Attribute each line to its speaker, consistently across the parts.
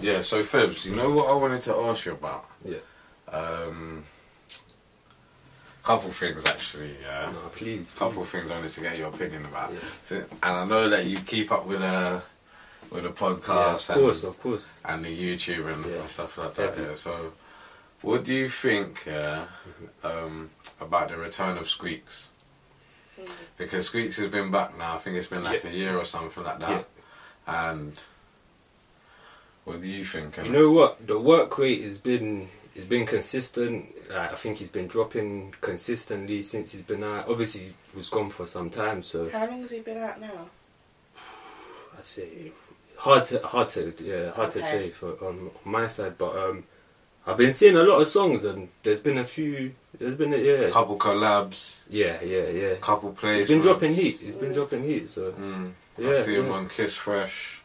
Speaker 1: Yeah, so Fibs, you know what I wanted to ask you about?
Speaker 2: Yeah.
Speaker 1: Um, couple things actually. Yeah,
Speaker 2: No, please.
Speaker 1: couple things I wanted to get your opinion about.
Speaker 2: Yeah.
Speaker 1: So, and I know that you keep up with the with the
Speaker 2: Yeah,
Speaker 1: podcast
Speaker 2: of course,
Speaker 1: and,
Speaker 2: of course.
Speaker 1: and the YouTube and
Speaker 2: Yeah.
Speaker 1: stuff like that.
Speaker 2: Definitely.
Speaker 1: Yeah. So, what do you think yeah,
Speaker 2: Mm-hmm.
Speaker 1: um, about the return of Squeaks? Because Squeaks has been back now. I think it's been like
Speaker 2: Yeah.
Speaker 1: a year or something like that. And what do you think?
Speaker 2: You
Speaker 1: innit?
Speaker 2: know what? The work rate has been has been consistent. Like, I think he's been dropping consistently since he's been out. Obviously, he was gone for some time, so
Speaker 3: How long has he been out now?
Speaker 2: I'd say hard to hard to yeah hard to
Speaker 3: Okay.
Speaker 2: say for on my side. But um, I've been seeing a lot of songs, and there's been a few. There's been a, yeah
Speaker 1: couple collabs,
Speaker 2: yeah yeah yeah.
Speaker 1: couple plays.
Speaker 2: He's been dropping heat. He's been dropping heat. So
Speaker 1: Mm. I
Speaker 2: Yeah,
Speaker 1: see him
Speaker 2: yeah.
Speaker 1: on Kiss Fresh,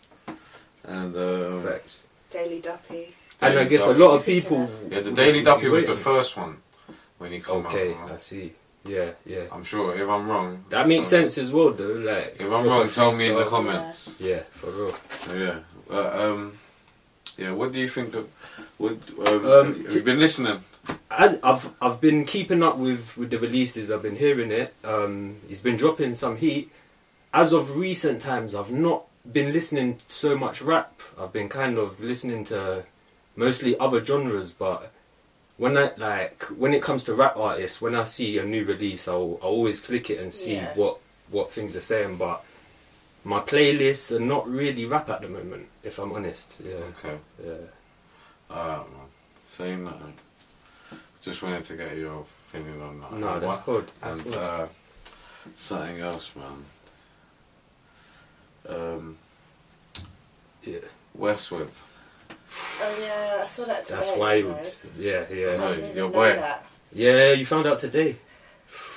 Speaker 1: and um,
Speaker 2: facts.
Speaker 3: Daily Duppy.
Speaker 2: And I
Speaker 1: Daily
Speaker 2: guess a
Speaker 1: Duppy.
Speaker 2: lot of people.
Speaker 1: yeah, the Daily Duppy was the
Speaker 2: Waiting.
Speaker 1: first one when he came
Speaker 2: Okay,
Speaker 1: out.
Speaker 2: I see. Yeah, yeah.
Speaker 1: I'm sure. If I'm wrong,
Speaker 2: That makes
Speaker 1: tell me.
Speaker 2: sense as well, though. Like,
Speaker 1: If
Speaker 2: drop
Speaker 1: I'm
Speaker 2: a
Speaker 1: wrong, tell me in the
Speaker 2: freestyle.
Speaker 1: comments.
Speaker 2: Yeah, for real.
Speaker 1: Yeah. Uh, um, yeah. What do you think? Of, what um,
Speaker 2: Um,
Speaker 1: have you been listening?
Speaker 2: As I've I've been keeping up with with the releases. I've been hearing it. Um, he's been dropping some heat. As of recent times, I've not been listening so much rap. I've been kind of listening to mostly other genres, but. When I like when it comes to rap artists, when I see a new release, I'll, I'll always click it and see
Speaker 3: Yeah.
Speaker 2: what what things are saying. But my playlists are not really rap at the moment, if I'm honest. Yeah,
Speaker 1: Okay.
Speaker 2: yeah.
Speaker 1: Alright, Ah, man. Saying that, um, just wanted to get your opinion on that.
Speaker 2: No,
Speaker 1: And what-
Speaker 2: that's good. That's
Speaker 1: And
Speaker 2: good.
Speaker 1: uh, something else, man. Um,
Speaker 2: yeah.
Speaker 1: Westwood.
Speaker 3: Oh yeah, I saw that today. Uh-huh.
Speaker 2: That's
Speaker 3: you know.
Speaker 2: wild. Yeah,
Speaker 3: I
Speaker 2: yeah.
Speaker 1: No,
Speaker 3: didn't even
Speaker 1: your
Speaker 3: know
Speaker 1: boy.
Speaker 3: that.
Speaker 2: Yeah, you found out today.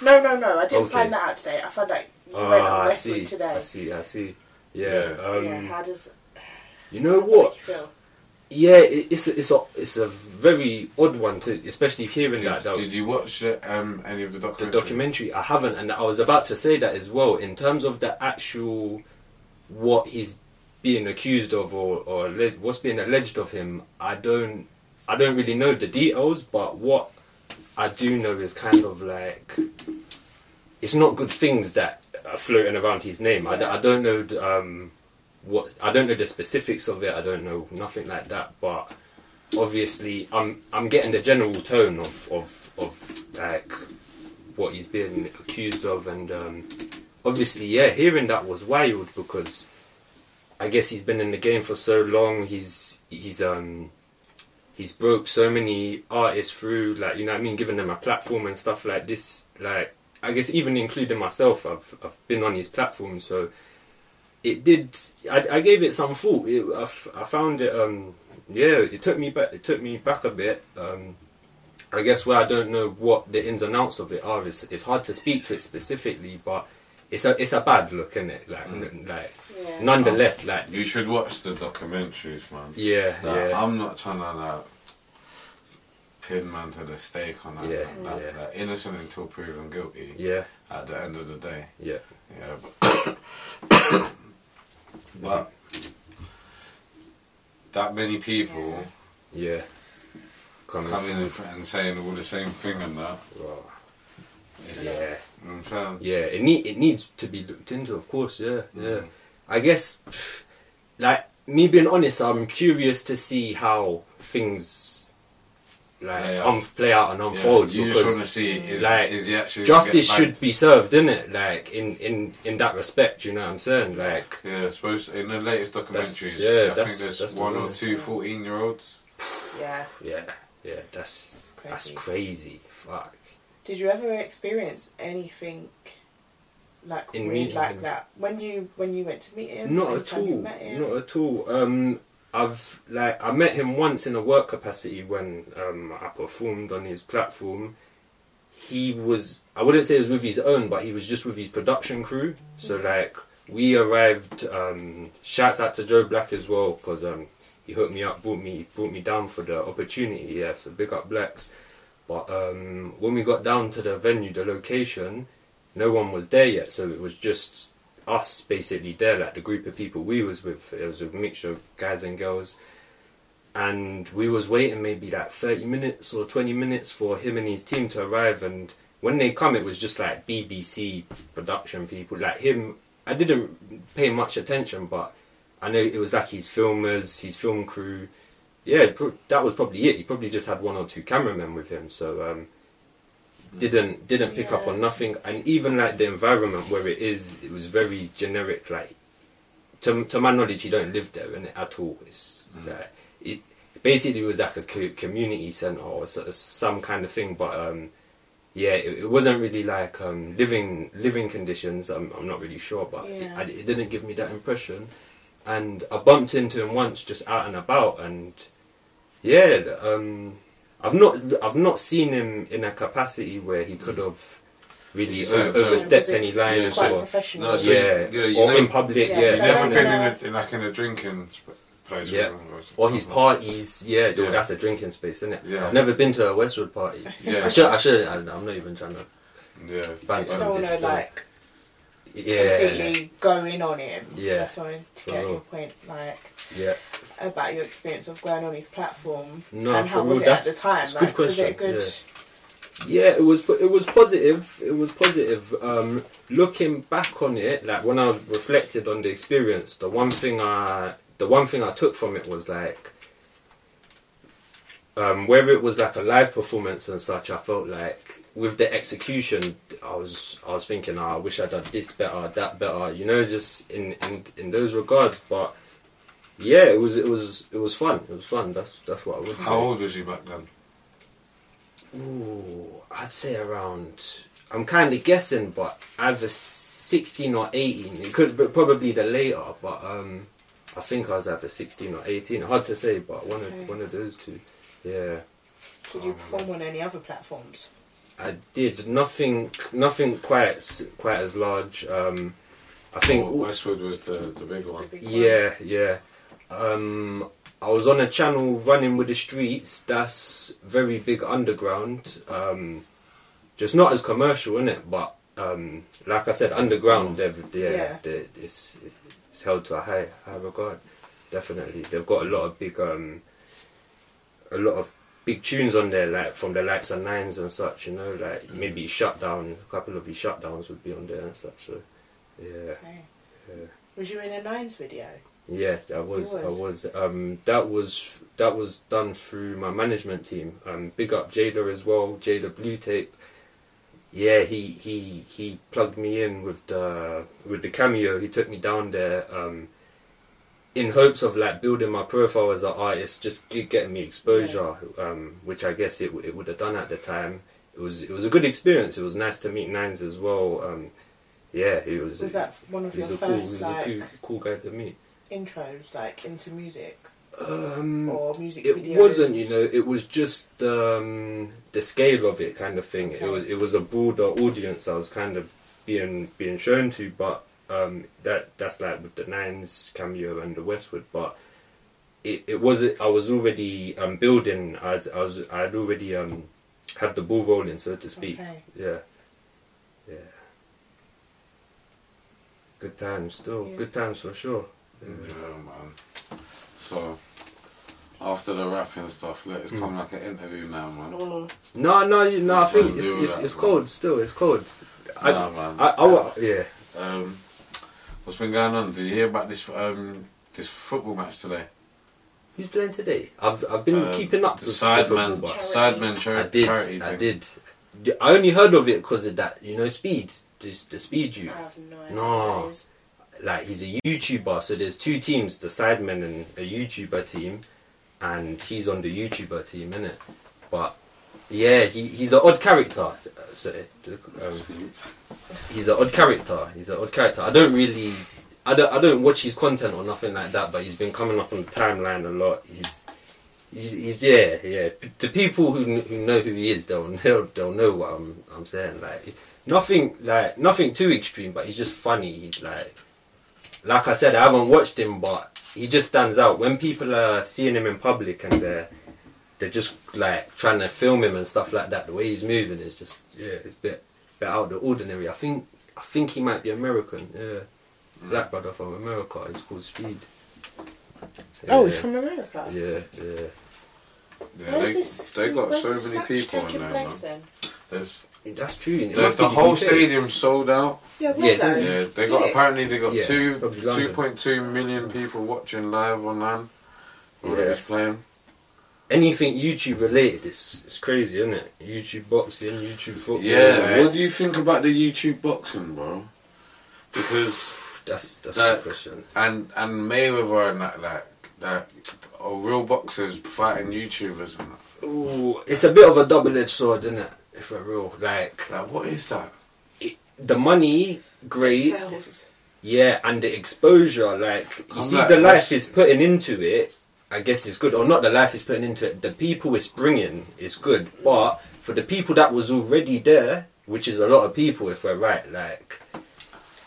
Speaker 3: No, no, no. I didn't
Speaker 2: Okay.
Speaker 3: find that out today. I found out you
Speaker 2: Ah,
Speaker 3: read on
Speaker 2: I
Speaker 3: Westwood
Speaker 2: see.
Speaker 3: today.
Speaker 2: I see. I see. Yeah.
Speaker 1: Yeah.
Speaker 2: Um,
Speaker 3: yeah, how does,
Speaker 2: You
Speaker 3: how
Speaker 2: know
Speaker 3: does that make
Speaker 2: what?
Speaker 3: you feel?
Speaker 2: Yeah, it, it's a, it's a it's a very odd one to, especially hearing
Speaker 1: Did,
Speaker 2: that. that
Speaker 1: did you watch uh, um, any of the
Speaker 2: the
Speaker 1: documentary?
Speaker 2: documentary I haven't, and I was about to say that as well. In terms of the actual what he's being accused of or or alle- what's being alleged of him, I don't I don't really know the details, but what I do know is kind of like it's not good things that are floating around his name. I, d- I don't know the, um, what I don't know the specifics of it. I don't know nothing like that, but obviously I'm I'm getting the general tone of of of like what he's been accused of, and um, obviously, yeah, hearing that was wild because I guess he's been in the game for so long. He's he's um he's broke so many artists through, like you know what I mean, giving them a platform and stuff like this. Like I guess even including myself, I've I've been on his platform, so it did. I, I gave it some thought. It, I, f- I found it. Um, yeah, it took me back. It took me back a bit. Um, I guess where I don't know what the ins and outs of it are, it's, it's hard to speak to it specifically, but it's a it's a bad look, is it? Like
Speaker 1: Mm.
Speaker 2: n- like
Speaker 3: Yeah.
Speaker 2: nonetheless, like
Speaker 1: You should watch the documentaries, man.
Speaker 2: yeah,
Speaker 1: Like,
Speaker 2: yeah,
Speaker 1: I'm not trying to like, pin man to the stake on that.
Speaker 2: Yeah,
Speaker 1: like, like,
Speaker 2: yeah.
Speaker 1: like, innocent until proven guilty.
Speaker 2: yeah,
Speaker 1: At the end of the day.
Speaker 2: yeah.
Speaker 1: Yeah, but, but that many people
Speaker 2: Yeah. Coming
Speaker 1: coming in fr- and saying all the same thing and that.
Speaker 2: from- well, yeah.
Speaker 1: You know what I'm saying?
Speaker 2: Yeah, it need it needs to be looked into, of course. Yeah,
Speaker 1: Mm.
Speaker 2: yeah. I guess, like me being honest, I'm curious to see how things like
Speaker 1: Play out.
Speaker 2: un- play out and
Speaker 1: Yeah,
Speaker 2: unfold
Speaker 1: you just want to
Speaker 2: because
Speaker 1: see is,
Speaker 2: like,
Speaker 1: is he actually gonna get
Speaker 2: justice should
Speaker 1: banged?
Speaker 2: be served, innit? Like in in in that respect, you know what I'm saying? Like
Speaker 1: Yeah, I suppose in the latest documentaries,
Speaker 2: yeah,
Speaker 1: I
Speaker 2: that's-
Speaker 1: think there's
Speaker 2: that's the
Speaker 1: one or
Speaker 2: worst.
Speaker 1: two 14 year olds.
Speaker 3: Yeah,
Speaker 2: yeah, yeah, that's
Speaker 3: it's crazy.
Speaker 2: that's crazy. Fuck.
Speaker 3: Did you ever experience anything like
Speaker 2: In
Speaker 3: weird
Speaker 2: meeting
Speaker 3: like
Speaker 2: him?
Speaker 3: that when you when you went to meet him?
Speaker 2: Not
Speaker 3: Any
Speaker 2: at
Speaker 3: time you
Speaker 2: all.
Speaker 3: met him?
Speaker 2: Not at all. Um, I've like I met him once in a work capacity when um, I performed on his platform. He was I wouldn't say it was with his own, but he was just with his production crew. So
Speaker 3: Mm.
Speaker 2: like we arrived. Um, shouts out to Joe Black as well because um, he hooked me up, brought me brought me down for the opportunity. Yeah, so big up Blacks. But um, when we got down to the venue, the location, no one was there yet, so it was just us basically there, like the group of people we was with. It was a mixture of guys and girls, and we was waiting maybe like thirty minutes or twenty minutes for him and his team to arrive. And when they come, it was just like BBC production people, like him. I didn't pay much attention, but I know it was like his filmers, his film crew. Yeah, pro- that was probably it. He probably just had one or two cameramen with him, so um, didn't didn't pick up
Speaker 3: Yeah.
Speaker 2: on nothing. And even like the environment where it is, it was very generic. Like to to my knowledge, he don't live there in it at all. It's like it basically was like a co- community center or so, some kind of thing, but. Um, yeah, it, it wasn't really like um, living living conditions. I'm, I'm not really sure, but it,
Speaker 3: Yeah.
Speaker 2: I, it didn't give me that impression. And I bumped into him once, just out and about, and yeah, um, I've not I've not seen him in a capacity where he could have really
Speaker 1: Mm. So-
Speaker 2: o-
Speaker 1: so-
Speaker 2: overstepped
Speaker 3: Was it
Speaker 2: any lines
Speaker 3: quite
Speaker 2: or
Speaker 3: professional.
Speaker 1: No, so-
Speaker 2: yeah,
Speaker 1: Yeah, you
Speaker 2: or
Speaker 1: know-
Speaker 2: in public,
Speaker 3: Yeah,
Speaker 2: yeah,
Speaker 3: so uh,
Speaker 1: You've never
Speaker 3: like
Speaker 1: been
Speaker 2: definitely.
Speaker 3: a-
Speaker 1: in, a, in like in a drinking sp- place.
Speaker 2: Yeah.
Speaker 1: with-
Speaker 2: Or his parties, yeah, dude, that's a drinking space, isn't it?
Speaker 1: Yeah.
Speaker 2: I've never been to a Westwood party.
Speaker 1: Yeah.
Speaker 2: I should, I should, I, I'm not even trying to.
Speaker 1: Yeah.
Speaker 3: I
Speaker 2: Bang.
Speaker 3: just
Speaker 2: Um,
Speaker 3: don't want
Speaker 2: just,
Speaker 3: to
Speaker 2: uh,
Speaker 3: like
Speaker 2: Yeah,
Speaker 3: completely going on him.
Speaker 2: Yeah.
Speaker 3: that's why to
Speaker 2: For
Speaker 3: get
Speaker 2: real.
Speaker 3: your point like
Speaker 2: yeah.
Speaker 3: about your experience of going on his platform
Speaker 2: No,
Speaker 3: and how
Speaker 2: for
Speaker 3: was
Speaker 2: real,
Speaker 3: it at
Speaker 2: that's-
Speaker 3: the time?
Speaker 2: it's a
Speaker 3: Like,
Speaker 2: good
Speaker 3: was it a
Speaker 2: question,
Speaker 3: good?
Speaker 2: Yeah, it was it was positive. It was positive. Um, looking back on it, like when I was reflected on the experience, the one thing I the one thing I took from it was like um, whether it was like a live performance and such. I felt like with the execution, I was I was thinking, oh, I wish I'd done this better, that better. You know, just in in, in those regards. But yeah, it was it was it was fun. It was fun. That's that's what I would say.
Speaker 1: How old was you back then?
Speaker 2: Ooh, I'd say around. I'm kind of guessing, but either 16 or 18. It could be probably the later, but um, I think I was either 16 or 18. Hard to say, but one
Speaker 3: Okay.
Speaker 2: of one of those two. Yeah,
Speaker 3: Did
Speaker 2: Um,
Speaker 3: you perform on any other platforms?
Speaker 2: I did nothing. Nothing quite s- quite as large. Um, I think.
Speaker 1: Oh, Westwood was the, the big one.
Speaker 3: The big one?
Speaker 2: Yeah, yeah. Um, I was on a channel running with the streets. That's very big underground. Um, just not as commercial, in it, but um, like I said, underground. They've, yeah,
Speaker 3: Yeah.
Speaker 2: they- it's it's held to a high high regard. Definitely, they've got a lot of big um, a lot of big tunes on there, like from the likes of Nines and such. You know, like maybe Shutdown. A couple of his Shutdowns would be on there and such. So, yeah.
Speaker 3: Okay.
Speaker 2: Yeah.
Speaker 3: Was you in a Nines video?
Speaker 2: Yeah, that was,
Speaker 3: was.
Speaker 2: I was um that was that was done through my management team. Um big up Jada as well, Jada Blue Tape. Yeah, he he he plugged me in with the with the cameo. He took me down there um in hopes of like building my profile as an artist, just ge- getting me exposure, um which I guess it w- it would have done at the time. It was it was a good experience. It was nice to meet Nines as well. Um yeah, he was
Speaker 3: Was that one of
Speaker 2: he
Speaker 3: your
Speaker 2: was a cool, he
Speaker 3: first
Speaker 2: was a
Speaker 3: like
Speaker 2: cool, cool guy to meet.
Speaker 3: intros, like into music
Speaker 2: Um,
Speaker 3: or music
Speaker 2: it
Speaker 3: videos?
Speaker 2: wasn't, you know. It was just um, the scale of it, kind of thing.
Speaker 3: Okay.
Speaker 2: It was it was a broader audience. I was kind of being being shown to, but um, that that's like with the Nines cameo and the Westwood, but. It, it was I was already um, building I, I was I'd already um had the ball rolling so to speak
Speaker 3: Okay.
Speaker 2: yeah yeah good times still
Speaker 3: Yeah.
Speaker 2: good times for sure
Speaker 1: Yeah, man. So, after the rap and stuff, look,
Speaker 2: Hmm.
Speaker 1: it's come like an interview now, man.
Speaker 3: Mm.
Speaker 2: No, no, you- no. I
Speaker 1: Trying to
Speaker 2: think it's
Speaker 1: do
Speaker 2: it's,
Speaker 1: that,
Speaker 2: it's
Speaker 1: man.
Speaker 2: cold. Still, it's cold. I,
Speaker 1: Nah, man.
Speaker 2: I, I, wa- yeah.
Speaker 1: Um, what's been going on? Did you hear about this um, this football match today?
Speaker 2: Who's playing today? I've I've been
Speaker 1: Um,
Speaker 2: keeping up
Speaker 1: the
Speaker 2: with
Speaker 1: Sidemen,
Speaker 2: the football, but
Speaker 1: Sidemen
Speaker 2: I
Speaker 1: chari-
Speaker 2: did,
Speaker 1: charity
Speaker 2: I
Speaker 1: thing.
Speaker 2: did. I only heard of it because of that, you know, speed. Just the speed
Speaker 3: I
Speaker 2: you
Speaker 3: have no idea.
Speaker 2: No.
Speaker 3: what that is.
Speaker 2: like. He's a YouTuber, so there's two teams: the Sidemen and a YouTuber team, and he's on the YouTuber team, innit? But yeah, he he's an odd character. uh, So um, he's an odd character. He's an odd character. I don't really, I don't, I don't watch his content or nothing like that. But he's been coming up on the timeline a lot. He's, he's, he's yeah, yeah. P- the people who, kn- who know who he is, they'll know, they'll know what I'm, I'm saying. Like nothing, like nothing too extreme. But he's just funny. He's like, like I said, I haven't watched him, but he just stands out when people are seeing him in public and they're. They're just like trying to film him and stuff like that. The way he's moving is just yeah, it's a bit bit out of the ordinary. I think I think he might be American. Yeah, black brother from America. He's called Speed.
Speaker 3: Oh, he's
Speaker 2: Yeah,
Speaker 3: from America.
Speaker 2: Yeah, yeah.
Speaker 1: Yeah,
Speaker 3: Where's
Speaker 1: they,
Speaker 3: this-
Speaker 1: they got
Speaker 3: where's this
Speaker 1: so many
Speaker 3: match
Speaker 1: people
Speaker 3: taking
Speaker 1: in there, man.
Speaker 3: place then?
Speaker 1: There's,
Speaker 2: That's true. It
Speaker 1: there's
Speaker 2: must
Speaker 1: the
Speaker 2: be
Speaker 1: whole
Speaker 2: UK.
Speaker 1: stadium sold out.
Speaker 3: Yeah, well
Speaker 2: Yes,
Speaker 3: done.
Speaker 1: Yeah, they got apparently they got
Speaker 2: Yeah,
Speaker 1: two
Speaker 2: probably London.
Speaker 1: two point two million people watching live online. While
Speaker 2: Yeah.
Speaker 1: it was playing.
Speaker 2: Anything YouTube related, it's it's crazy, isn't it? YouTube boxing, YouTube football.
Speaker 1: Yeah,
Speaker 2: right?
Speaker 1: what do you think about the YouTube boxing, bro? Because
Speaker 2: that's that's a
Speaker 1: That-
Speaker 2: good question.
Speaker 1: and and Mayweather and that like that are real boxers fighting YouTubers and that.
Speaker 2: Ooh, it's a bit of a double-edged sword, isn't it? If we're real, like
Speaker 1: Like, what is that?
Speaker 2: it, the money, great.
Speaker 3: Sells.
Speaker 2: Yeah, and the exposure, like you
Speaker 1: I'm
Speaker 2: see,
Speaker 1: like,
Speaker 2: the life
Speaker 1: that's-
Speaker 2: he's putting into it, I guess is good, or not the life he's putting into it. The people it's bringing is good, but for the people that was already there, which is a lot of people, if we're right, like,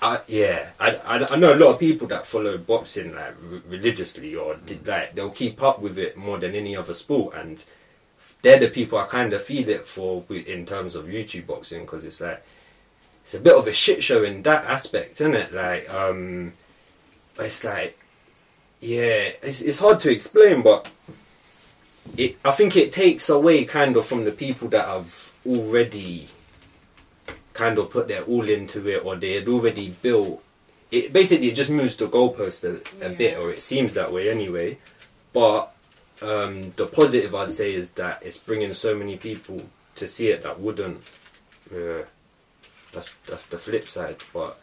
Speaker 2: I yeah, I, I, I know a lot of people that follow boxing like re- religiously, or
Speaker 1: Mm.
Speaker 2: did, like they'll keep up with it more than any other sport, and they're the people I kind of feel it for wi- in terms of YouTube boxing because it's like it's a bit of a shit show in that aspect, isn't it? Like, um, but it's like, yeah, it's, it's hard to explain, but it I think it takes away kind of from the people that have already kind of put their all into it or they had already built. It basically it just moves the goalpost a, a bit,
Speaker 3: Yeah.
Speaker 2: or it seems that way anyway. But um, the positive I'd say is that it's bringing so many people to see it that wouldn't. Yeah, that's that's the flip side. But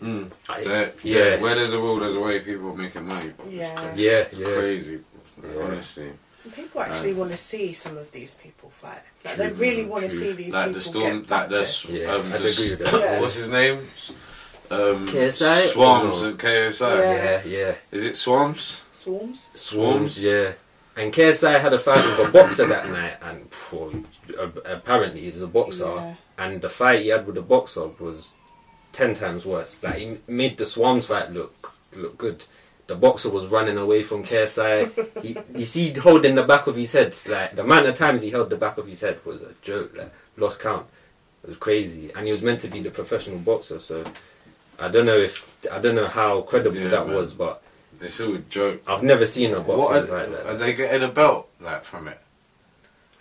Speaker 1: Mm.
Speaker 2: I,
Speaker 1: That-
Speaker 2: yeah,
Speaker 1: Where there's a will, there's a way. People making money. But
Speaker 3: Yeah.
Speaker 1: It's crazy.
Speaker 2: yeah,
Speaker 1: It's
Speaker 2: yeah,
Speaker 1: crazy. bro,
Speaker 2: Yeah.
Speaker 1: Honestly.
Speaker 3: People actually want to see some of these people fight. Like, they
Speaker 1: True,
Speaker 3: really
Speaker 1: man,
Speaker 3: want to
Speaker 1: true.
Speaker 3: see these
Speaker 1: like
Speaker 3: people
Speaker 1: the storm,
Speaker 3: get
Speaker 1: like
Speaker 3: back
Speaker 1: the,
Speaker 3: to-
Speaker 1: s-
Speaker 2: Yeah,
Speaker 1: um,
Speaker 2: I'd
Speaker 1: the s-
Speaker 2: agree with that.
Speaker 3: Yeah.
Speaker 1: what's his name? Um,
Speaker 2: KSI?
Speaker 1: Swarms
Speaker 2: Or no?
Speaker 1: at KSI.
Speaker 3: Yeah.
Speaker 2: yeah, yeah.
Speaker 1: Is it Swarms?
Speaker 3: swarms.
Speaker 1: Swarms?
Speaker 2: yeah. And KSI had a fight with a boxer that night, and phew, a- apparently he's a boxer,
Speaker 3: Yeah.
Speaker 2: and the fight he had with the boxer was ten times worse. Like he made the Swans fight look look good. The boxer was running away from KSI. he, you see, holding the back of his head. Like the amount of times he held the back of his head was a joke. Like lost count. It was crazy, and he was meant to be the professional boxer. So I don't know if I don't know how credible
Speaker 1: Yeah,
Speaker 2: that
Speaker 1: man.
Speaker 2: was, but
Speaker 1: It's all a joke.
Speaker 2: I've never seen a boxing
Speaker 1: What
Speaker 2: fight like
Speaker 1: are,
Speaker 2: that.
Speaker 1: are they getting a belt like from it?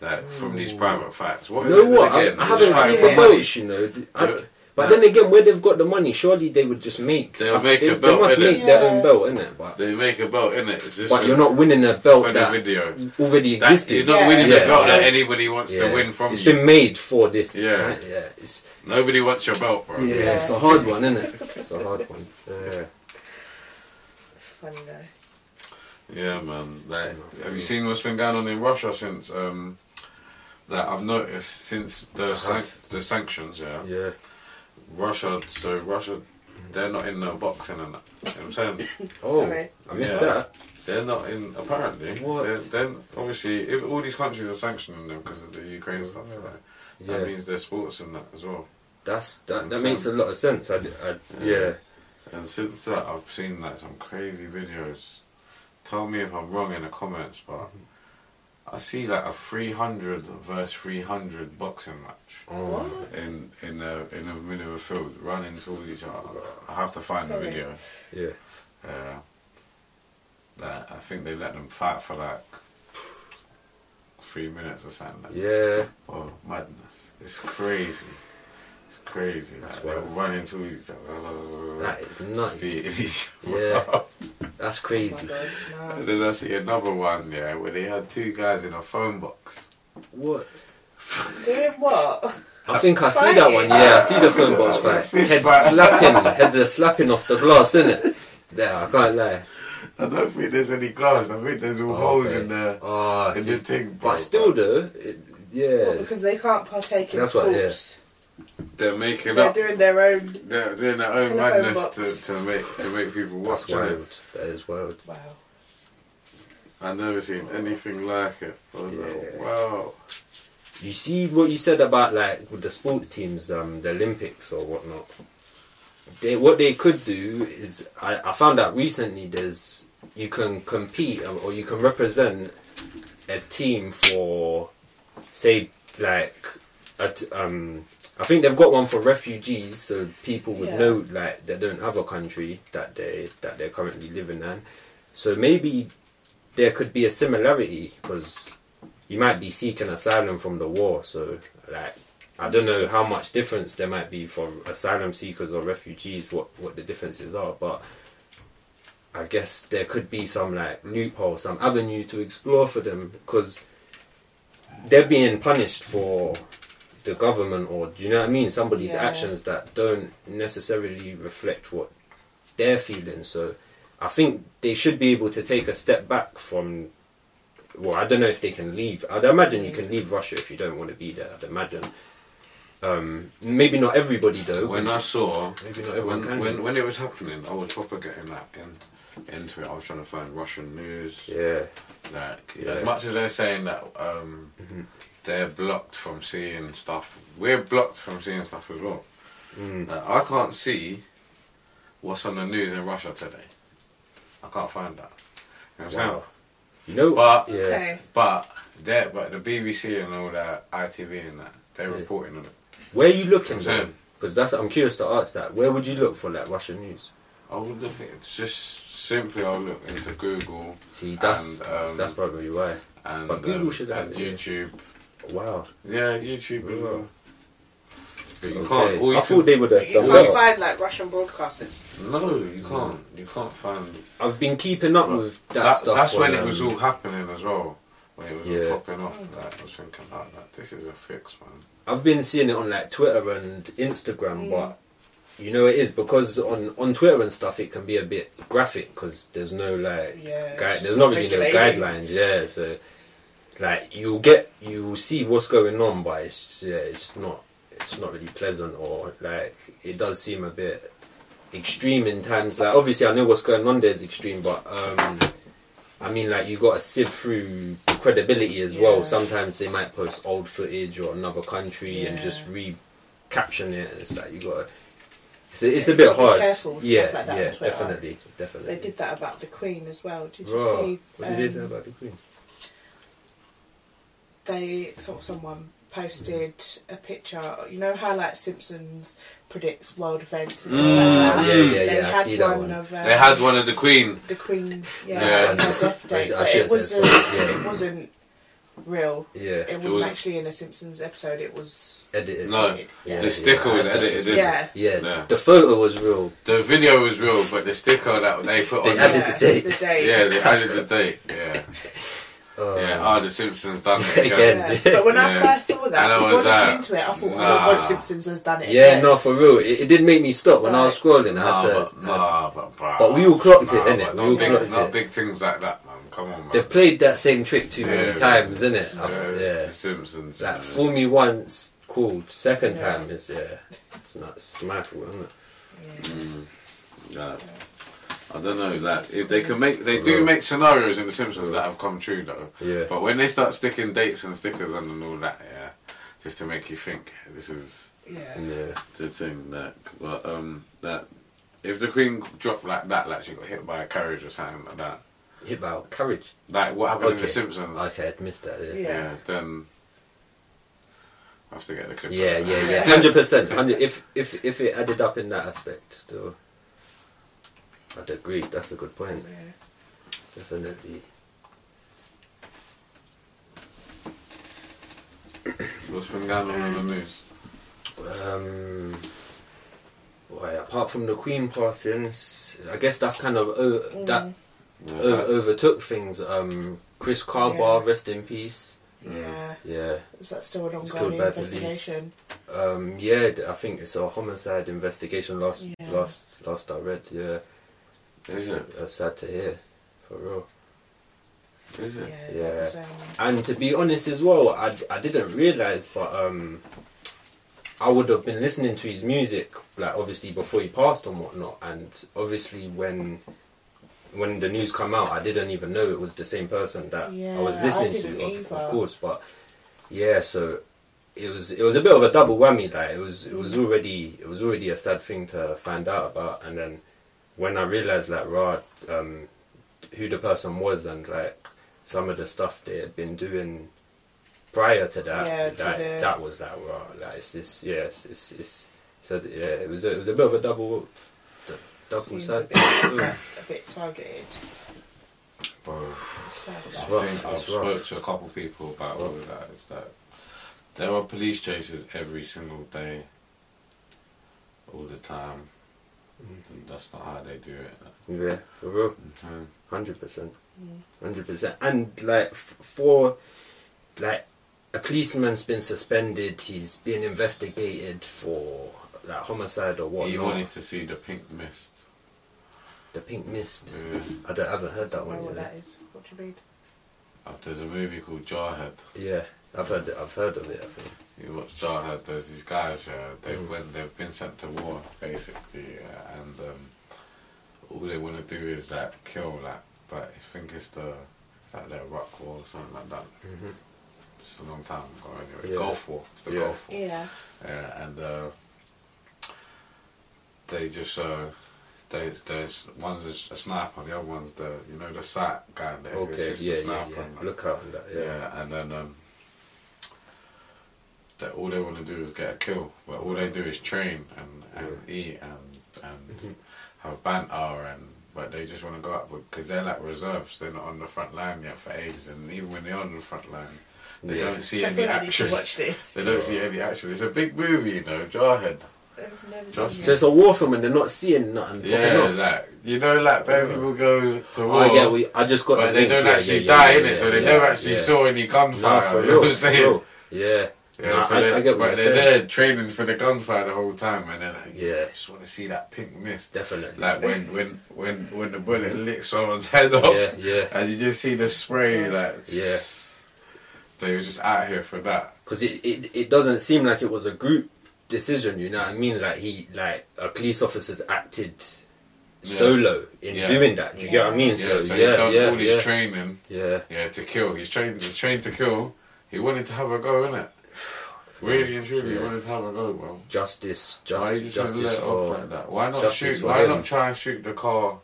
Speaker 1: Like from these private fights? What
Speaker 2: You
Speaker 1: is
Speaker 2: know
Speaker 1: it
Speaker 2: what?
Speaker 1: they're
Speaker 2: I,
Speaker 1: getting?
Speaker 2: I
Speaker 1: They're
Speaker 2: haven't
Speaker 1: just fighting
Speaker 2: seen the
Speaker 1: for money.
Speaker 2: belts, you know. D- I-
Speaker 1: Yeah.
Speaker 2: but then again, where they've got the money, surely they would just make.
Speaker 1: They'll
Speaker 2: I-
Speaker 1: make
Speaker 2: they,
Speaker 1: a
Speaker 2: they
Speaker 1: belt,
Speaker 2: must
Speaker 1: innit?
Speaker 2: make their
Speaker 3: Yeah.
Speaker 2: own belt, innit? But,
Speaker 1: They make a belt in it. It's just
Speaker 2: but
Speaker 1: a
Speaker 2: you're not winning a belt
Speaker 1: funny
Speaker 2: that
Speaker 1: video.
Speaker 2: already
Speaker 1: That, you're
Speaker 2: existed.
Speaker 1: not
Speaker 3: Yeah.
Speaker 1: winning
Speaker 2: Yeah.
Speaker 1: a belt that
Speaker 3: Yeah.
Speaker 1: anybody wants
Speaker 2: Yeah.
Speaker 1: to win from
Speaker 2: It's
Speaker 1: you.
Speaker 2: been made for this.
Speaker 1: Yeah.
Speaker 2: kind- yeah. It's,
Speaker 1: Nobody wants your belt, bro.
Speaker 2: yeah, it's a hard one, isn't it? It's a hard one. Yeah.
Speaker 3: It's funny though.
Speaker 1: Yeah, man. Like, have you seen what's been going on in Russia since? Um, that I've noticed since the san- the sanctions. Yeah,
Speaker 2: yeah.
Speaker 1: Russia. So Russia, they're not in the boxing and that. You know what I'm saying
Speaker 2: Oh,
Speaker 3: Sorry.
Speaker 2: I missed
Speaker 1: Yeah.
Speaker 2: that.
Speaker 1: they're not in. Apparently,
Speaker 2: What?
Speaker 1: They're, they're obviously if all these countries are sanctioning them because of the Ukraine stuff. Like,
Speaker 2: Yeah,
Speaker 1: That means their sports and that as well.
Speaker 2: that's that. That makes a lot of sense. I, I, yeah.
Speaker 1: And since that, I've seen like some crazy videos. Tell me if I'm wrong in the comments, but
Speaker 2: Mm-hmm.
Speaker 1: I see like a 300 versus 300 boxing match
Speaker 2: Oh.
Speaker 1: in in a, in the middle of a field, running towards each other. I have to find
Speaker 3: Sorry.
Speaker 1: the video.
Speaker 2: Yeah.
Speaker 1: Uh, that I think they let them fight for like three minutes or something. Like that.
Speaker 2: Yeah.
Speaker 1: Oh madness! It's crazy. It's crazy.
Speaker 2: That's
Speaker 1: like, they're
Speaker 2: wild.
Speaker 1: running towards each other.
Speaker 2: That is nuts.
Speaker 1: Beating each
Speaker 2: Yeah.
Speaker 1: other.
Speaker 2: That's
Speaker 3: Oh my
Speaker 2: crazy.
Speaker 3: God, no.
Speaker 1: And then I see another one, yeah, where they had two guys in a phone box.
Speaker 2: What?
Speaker 3: Doing what?
Speaker 2: I think I see that one. Yeah, I see the phone box fight.
Speaker 1: Fist
Speaker 2: Heads
Speaker 1: fight.
Speaker 2: slapping. Heads are slapping off the glass, innit? Yeah, I can't lie.
Speaker 1: I don't think there's any glass. I think there's all
Speaker 2: Oh,
Speaker 1: holes
Speaker 2: okay.
Speaker 1: in the
Speaker 2: Oh, I
Speaker 1: in
Speaker 2: see.
Speaker 1: the thing. Bro.
Speaker 2: But still, though, it,
Speaker 3: Well,
Speaker 2: yeah.
Speaker 3: because they can't partake in
Speaker 2: That's what- yeah.
Speaker 3: sports.
Speaker 1: they're making
Speaker 3: They're
Speaker 1: up.
Speaker 3: doing their own.
Speaker 1: They're doing their own
Speaker 3: Telephone
Speaker 1: madness
Speaker 3: box.
Speaker 1: to, to make to make people
Speaker 2: That's
Speaker 1: watch it.
Speaker 2: wild. That is wild.
Speaker 3: Wow.
Speaker 1: I've never seen anything like it. I was like,
Speaker 2: Yeah.
Speaker 1: wow.
Speaker 2: You see what you said about like with the sports teams, um, the Olympics or whatnot. They what they could do is I, I found out recently there's you can compete um, or you can represent a team for say like a t- um I think they've got one for refugees so people would
Speaker 3: Yeah.
Speaker 2: know like they don't have a country that they that they're currently living in. So maybe there could be a similarity because you might be seeking asylum from the war. So, like, I don't know how much difference there might be for asylum seekers or refugees. What what the differences are, but I guess there could be some like loophole, some avenue to explore for them because they're being punished for the government or do you know what I mean? Somebody's
Speaker 3: Yeah.
Speaker 2: actions that don't necessarily reflect what they're feeling. So I think they should be able to take a step back from. Well, I don't know if they can leave. I'd imagine you can leave Russia if you don't want to be there. I'd imagine. Um, maybe not everybody though.
Speaker 1: When
Speaker 2: 'cause-
Speaker 1: I saw
Speaker 2: Maybe not everyone
Speaker 1: when,
Speaker 2: can.
Speaker 1: when when it was happening, I was proper getting that in, into it. I was trying to find Russian news.
Speaker 2: yeah,
Speaker 1: Like
Speaker 2: Yeah. Mm-hmm.
Speaker 1: as much as they're saying that um, they're blocked from seeing stuff, we're blocked from seeing stuff as well.
Speaker 2: mm,
Speaker 1: Like, I can't see what's on the news in Russia today. I can't find that. You know what I'm saying?
Speaker 2: wow. You know,
Speaker 1: But-
Speaker 2: yeah,
Speaker 3: Okay.
Speaker 1: But that, but the BBC and all that, ITV and that, they're
Speaker 2: Yeah.
Speaker 1: reporting on it.
Speaker 2: where are you looking?
Speaker 1: You know what I'm saying?
Speaker 2: Because that's I'm curious to ask that. Where would you look for like Russian news?
Speaker 1: I would look. It's just simply I'll look into Google
Speaker 2: See, that's
Speaker 1: And, um,
Speaker 2: that's probably why.
Speaker 1: and
Speaker 2: But Google
Speaker 1: um,
Speaker 2: should
Speaker 1: and
Speaker 2: have it, yeah.
Speaker 1: YouTube.
Speaker 2: Wow.
Speaker 1: Yeah, YouTube as
Speaker 2: Wow.
Speaker 1: well. But you
Speaker 2: Okay.
Speaker 1: can't. All you
Speaker 2: I
Speaker 1: can-
Speaker 2: thought they would
Speaker 3: But
Speaker 2: have
Speaker 3: you
Speaker 2: done
Speaker 3: can't
Speaker 2: well.
Speaker 3: find like Russian broadcasters.
Speaker 1: No, you can't. You can't find
Speaker 2: I've been keeping up
Speaker 1: Right.
Speaker 2: with that,
Speaker 1: that.
Speaker 2: stuff.
Speaker 1: that's when
Speaker 2: on,
Speaker 1: it was
Speaker 2: um,
Speaker 1: all happening as well. When it was
Speaker 2: Yeah.
Speaker 1: all popping off, like, I was thinking, like, that this is a fix, man.
Speaker 2: I've been seeing it on like Twitter and Instagram, but you know it is because on on Twitter and stuff it can be a bit graphic because there's no like
Speaker 3: Yeah.
Speaker 2: gui-
Speaker 3: it's
Speaker 2: there's not really no
Speaker 3: regulated.
Speaker 2: guidelines. Yeah, so like you'll get you'll see what's going on, but it's yeah, it's not it's not really pleasant or like it does seem a bit extreme in times. Like obviously I know what's going on there is extreme, but um. I mean, like you got to sift through credibility as well.
Speaker 3: Yeah.
Speaker 2: Sometimes they might post old footage or another country and
Speaker 3: Yeah.
Speaker 2: just re-caption it. And it's like you got to. It's a, it's a bit hard.
Speaker 3: careful with stuff
Speaker 2: yeah,
Speaker 3: like that
Speaker 2: yeah,
Speaker 3: on Twitter.
Speaker 2: definitely, definitely.
Speaker 3: They did that about the Queen as well. Did you
Speaker 2: Bruh,
Speaker 3: see?
Speaker 2: what did they say
Speaker 3: um,
Speaker 2: about the Queen?
Speaker 3: they sort someone posted a picture. You know how like Simpsons predicts world events and things like
Speaker 2: Mm,
Speaker 3: that.
Speaker 2: yeah, yeah,
Speaker 3: They
Speaker 2: yeah, I
Speaker 3: had
Speaker 2: see that one.
Speaker 3: Of, um,
Speaker 1: They had one of the Queen.
Speaker 3: the Queen. Yeah,
Speaker 1: Yeah.
Speaker 3: on her death
Speaker 2: Right,
Speaker 3: day,
Speaker 2: I
Speaker 3: but
Speaker 2: should
Speaker 3: it
Speaker 2: have said
Speaker 3: wasn't.
Speaker 2: that, yeah.
Speaker 3: It wasn't real.
Speaker 2: Yeah,
Speaker 3: It wasn't
Speaker 1: was-
Speaker 3: actually in a Simpsons episode. It was.
Speaker 2: edited.
Speaker 1: No,
Speaker 2: Yeah,
Speaker 1: the sticker
Speaker 2: yeah,
Speaker 1: was
Speaker 2: I
Speaker 1: edited.
Speaker 2: did.
Speaker 1: In.
Speaker 3: Yeah.
Speaker 2: Yeah,
Speaker 1: Yeah.
Speaker 2: the photo was real.
Speaker 1: The video was real, but the sticker that they put
Speaker 2: They
Speaker 1: on.
Speaker 2: added
Speaker 1: it-
Speaker 2: the date.
Speaker 3: The date.
Speaker 1: yeah, they added the date. Yeah,
Speaker 2: Uh,
Speaker 1: yeah. Ah, the Simpsons done it again.
Speaker 2: Again.
Speaker 3: Yeah, But when
Speaker 1: Yeah.
Speaker 3: I first saw that,
Speaker 1: And I
Speaker 3: before
Speaker 1: was
Speaker 3: looking
Speaker 1: like,
Speaker 3: into it, I thought,
Speaker 1: nah.
Speaker 3: oh my god, Simpsons has done it.
Speaker 2: yeah,
Speaker 3: again.
Speaker 2: no, for real. It, it did make me stop when I was scrolling. I
Speaker 1: Nah,
Speaker 2: had to.
Speaker 1: but, nah, but, bruh.
Speaker 2: But we all clocked it, innit?
Speaker 1: but
Speaker 2: We
Speaker 1: Not,
Speaker 2: all
Speaker 1: big,
Speaker 2: clocked
Speaker 1: not
Speaker 2: it.
Speaker 1: big things like that, man. Come on, man.
Speaker 2: They've played that same trick too many
Speaker 1: Yeah.
Speaker 2: times, innit?
Speaker 1: Yeah,
Speaker 2: I've- Yeah.
Speaker 1: The Simpsons.
Speaker 2: Like
Speaker 1: yeah.
Speaker 2: fool me once, cool. Second
Speaker 3: Yeah.
Speaker 2: time is yeah, it's not it's my fault, isn't it?
Speaker 3: Yeah.
Speaker 1: Yeah. I don't know. Like, if they can make, they do make scenarios in The Simpsons that have come true though.
Speaker 2: Yeah.
Speaker 1: But when they start sticking dates and stickers on and all that, yeah, just to make you think this is
Speaker 3: Yeah.
Speaker 2: Yeah,
Speaker 1: the thing that, but um, that if the Queen dropped like that, like she got hit by a carriage or something like that,
Speaker 2: hit by courage.
Speaker 1: like what happened in
Speaker 2: Okay.
Speaker 1: The Simpsons,
Speaker 2: Okay, I'd missed that. Yeah,
Speaker 1: yeah.
Speaker 3: Yeah.
Speaker 1: then I have to get the clip.
Speaker 2: yeah,
Speaker 1: out.
Speaker 2: yeah, yeah. Hundred percent. Hundred. If if if it added up in that aspect, still, I'd agree. That's a good point.
Speaker 3: Yeah.
Speaker 2: Definitely.
Speaker 1: What's been going on in the news?
Speaker 2: Um,
Speaker 3: Mm.
Speaker 2: boy, apart from the Queen passing, s- I guess that's kind of uh, that
Speaker 1: Yeah.
Speaker 2: o- overtook things. Um, Chris Carbar,
Speaker 3: Yeah.
Speaker 2: rest in peace.
Speaker 3: Yeah.
Speaker 2: Yeah,
Speaker 3: Is that still an
Speaker 2: It's
Speaker 3: ongoing
Speaker 2: called Bad Release.
Speaker 3: investigation?
Speaker 2: um, yeah. th- I think it's a homicide investigation. Last,
Speaker 3: Yeah.
Speaker 2: last, last I read. Yeah,
Speaker 1: Is it?
Speaker 2: That's sad to hear, for real.
Speaker 1: Is it?
Speaker 3: Yeah. That
Speaker 2: Yeah.
Speaker 3: was, um,
Speaker 2: And to be honest as well, I, I didn't realise, but um, I would have been listening to his music, like obviously before he passed and whatnot, and obviously when when the news come out, I didn't even know it was the same person that I was
Speaker 3: Yeah, I
Speaker 2: listening
Speaker 3: didn't
Speaker 2: to, of,
Speaker 3: either.
Speaker 2: of course. But yeah, so it was it was a bit of a double whammy. Like it was it was
Speaker 3: Mm.
Speaker 2: already it was already a sad thing to find out about, and then when I realised like right, um, who the person was and like some of the stuff they had been doing prior to that,
Speaker 3: Yeah,
Speaker 2: like,
Speaker 3: to the-
Speaker 2: that was like right, like it's this, yeah, it's it's, it's so yeah, it was a, it was a bit of a double, d- double
Speaker 3: seemed
Speaker 2: side.
Speaker 3: a
Speaker 2: Mm.
Speaker 3: bit, a bit targeted.
Speaker 1: Bro,
Speaker 3: Sad
Speaker 1: I
Speaker 3: about
Speaker 2: rough,
Speaker 1: think I've
Speaker 2: it's
Speaker 1: spoke
Speaker 2: rough.
Speaker 1: to a couple people about all of that. It's that there are police chases every single day, all the time. And that's not how they do it.
Speaker 2: Yeah, for real,
Speaker 1: Mhm.
Speaker 2: hundred percent,
Speaker 3: Mm.
Speaker 2: hundred percent, and like f- for like a policeman's been suspended, he's been investigated for like homicide or
Speaker 1: He
Speaker 2: whatnot.
Speaker 1: wanted to see the pink mist.
Speaker 2: The pink mist.
Speaker 1: Yeah.
Speaker 2: I don't, I haven't heard
Speaker 3: I
Speaker 2: that
Speaker 3: don't know
Speaker 2: one
Speaker 3: what
Speaker 2: yet.
Speaker 3: that is. What do you mean?
Speaker 1: Uh, There's a movie called Jarhead.
Speaker 2: Yeah, I've heard it- I've heard of it. I think.
Speaker 1: You watch Jarhead, there's these guys, yeah, they've,
Speaker 2: Mm.
Speaker 1: went, they've been sent to war, basically, yeah, and um, all they want to do is, like, kill, like, but I think it's the, it's like their rock war or something like that.
Speaker 2: Mhm.
Speaker 1: It's a long time ago, anyway.
Speaker 2: Yeah.
Speaker 1: Gulf War. It's the
Speaker 2: Yeah.
Speaker 1: Gulf War.
Speaker 3: Yeah.
Speaker 1: Yeah, and uh, they just, uh, they, there's, one's a, s- a sniper, the other one's the, you know, the sat guy there. who
Speaker 2: Okay,
Speaker 1: assists the
Speaker 2: yeah, yeah,
Speaker 1: sniper
Speaker 2: yeah.
Speaker 1: and, like,
Speaker 2: Look out on that,
Speaker 1: yeah,
Speaker 2: yeah.
Speaker 1: and then um, that all they want to do is get a kill, but all they do is train and, and eat and and
Speaker 2: Mhm.
Speaker 1: have banter and. But they just want to go up because they're like reserves. They're not on the front line yet for ages, and even when they're on the front line, they
Speaker 2: Yeah.
Speaker 1: don't see
Speaker 3: I
Speaker 1: any
Speaker 3: feel I need
Speaker 1: action.
Speaker 3: to watch this.
Speaker 1: They don't see any action. It's a big movie, you know, Jarhead.
Speaker 3: I've never
Speaker 1: Just-
Speaker 3: seen
Speaker 2: So it's a war film and they're not seeing nothing popping
Speaker 1: Yeah,
Speaker 2: off.
Speaker 1: like you know, like when people go to war,
Speaker 2: oh, yeah, we, I just got
Speaker 1: but
Speaker 2: the
Speaker 1: they
Speaker 2: link,
Speaker 1: don't
Speaker 2: yeah,
Speaker 1: actually
Speaker 2: yeah,
Speaker 1: die
Speaker 2: yeah,
Speaker 1: in it,
Speaker 2: yeah,
Speaker 1: so they
Speaker 2: yeah,
Speaker 1: never actually
Speaker 2: yeah.
Speaker 1: saw any
Speaker 2: Nah,
Speaker 1: gunfire.
Speaker 2: for
Speaker 1: you
Speaker 2: real,
Speaker 1: know what I'm
Speaker 2: for
Speaker 1: saying?
Speaker 2: real. Yeah.
Speaker 1: Yeah,
Speaker 2: Nah,
Speaker 1: so
Speaker 2: I,
Speaker 1: they,
Speaker 2: I get what
Speaker 1: but
Speaker 2: you're
Speaker 1: they're
Speaker 2: saying.
Speaker 1: there training for the gunfire the whole time, and then like,
Speaker 2: Yeah.
Speaker 1: just want to see that pink mist,
Speaker 2: Definitely.
Speaker 1: like when when when when the bullet licks someone's head off,
Speaker 2: yeah, yeah.
Speaker 1: and you just see the spray, like
Speaker 2: Yeah.
Speaker 1: They were just out here for that.
Speaker 2: Because it, it, it doesn't seem like it was a group decision, you know what I mean? Like, he, like, a police officer's acted
Speaker 1: Yeah.
Speaker 2: solo in
Speaker 1: Yeah.
Speaker 2: doing that. Do you get what I mean?
Speaker 1: Yeah,
Speaker 2: so,
Speaker 1: so
Speaker 2: yeah,
Speaker 1: he's done
Speaker 2: yeah,
Speaker 1: all his
Speaker 2: yeah.
Speaker 1: training,
Speaker 2: yeah.
Speaker 1: yeah, to kill. He's trained, he's trained to kill. He wanted to have a go, innit? Really and truly,
Speaker 2: Yeah.
Speaker 1: he wanted to have a go, bro.
Speaker 2: Justice,
Speaker 1: Why are you
Speaker 2: just,
Speaker 1: just gonna let
Speaker 2: justice
Speaker 1: it
Speaker 2: for.
Speaker 1: off like that? Why not
Speaker 2: justice
Speaker 1: shoot?
Speaker 2: for
Speaker 1: Why
Speaker 2: him.
Speaker 1: not try and shoot the car,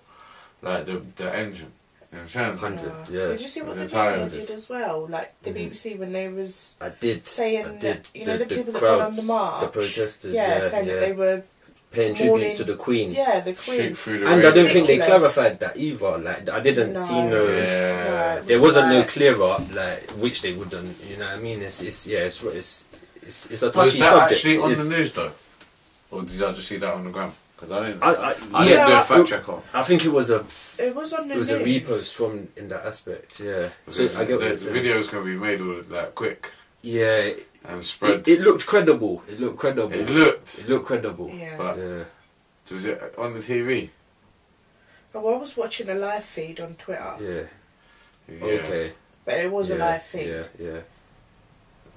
Speaker 1: like the the engine? You know what I'm saying?
Speaker 2: Hundred.
Speaker 3: Yeah.
Speaker 2: yeah.
Speaker 3: Did you see what
Speaker 1: And
Speaker 3: the
Speaker 1: it's Ireland.
Speaker 3: media did as well? Like the
Speaker 2: Mhm.
Speaker 3: BBC when they was
Speaker 2: I did. I
Speaker 3: saying
Speaker 2: did.
Speaker 3: that you know
Speaker 2: the,
Speaker 3: the,
Speaker 2: the
Speaker 3: people that
Speaker 2: crowds,
Speaker 3: went on the march,
Speaker 2: the protesters,
Speaker 3: yeah,
Speaker 2: yeah,
Speaker 3: saying
Speaker 2: yeah.
Speaker 3: that they were,
Speaker 2: paying
Speaker 3: mourning-
Speaker 2: tribute to the Queen.
Speaker 3: yeah, the
Speaker 1: Shoot
Speaker 3: Queen.
Speaker 1: through the
Speaker 2: And I don't
Speaker 1: radio.
Speaker 2: think they
Speaker 3: Ridiculous.
Speaker 2: clarified that either. Like I didn't
Speaker 3: No,
Speaker 2: see no.
Speaker 1: Yeah.
Speaker 3: no, it
Speaker 2: There wasn't no
Speaker 3: like-
Speaker 2: clear up like which they wouldn't. You know what I mean? It's it's yeah. It's it's it's, it's a touchy
Speaker 1: Was that
Speaker 2: subject.
Speaker 1: actually on
Speaker 2: It's-
Speaker 1: the news though, or did I just see that on the gram? Because I didn't.
Speaker 2: I-
Speaker 1: I,
Speaker 2: I-
Speaker 1: didn't
Speaker 3: yeah,
Speaker 1: do
Speaker 3: I-
Speaker 1: a fact check on.
Speaker 2: I think it was a
Speaker 3: It was on the
Speaker 2: it was a
Speaker 3: news.
Speaker 2: repost from in that aspect. Yeah. So I get what
Speaker 1: the,
Speaker 2: you're
Speaker 1: the
Speaker 2: saying.
Speaker 1: videos can be made all that quick
Speaker 2: Yeah.
Speaker 1: and
Speaker 2: It,
Speaker 1: spread. It,
Speaker 2: it looked credible. It looked credible.
Speaker 1: looked.
Speaker 2: It looked credible.
Speaker 3: Yeah.
Speaker 1: But-
Speaker 2: Yeah.
Speaker 1: Was it on the TV?
Speaker 3: Oh, I was watching a live feed on Twitter,
Speaker 2: Yeah.
Speaker 1: Yeah.
Speaker 2: Okay.
Speaker 3: but it was a
Speaker 2: yeah.
Speaker 3: live feed.
Speaker 2: Yeah. Yeah.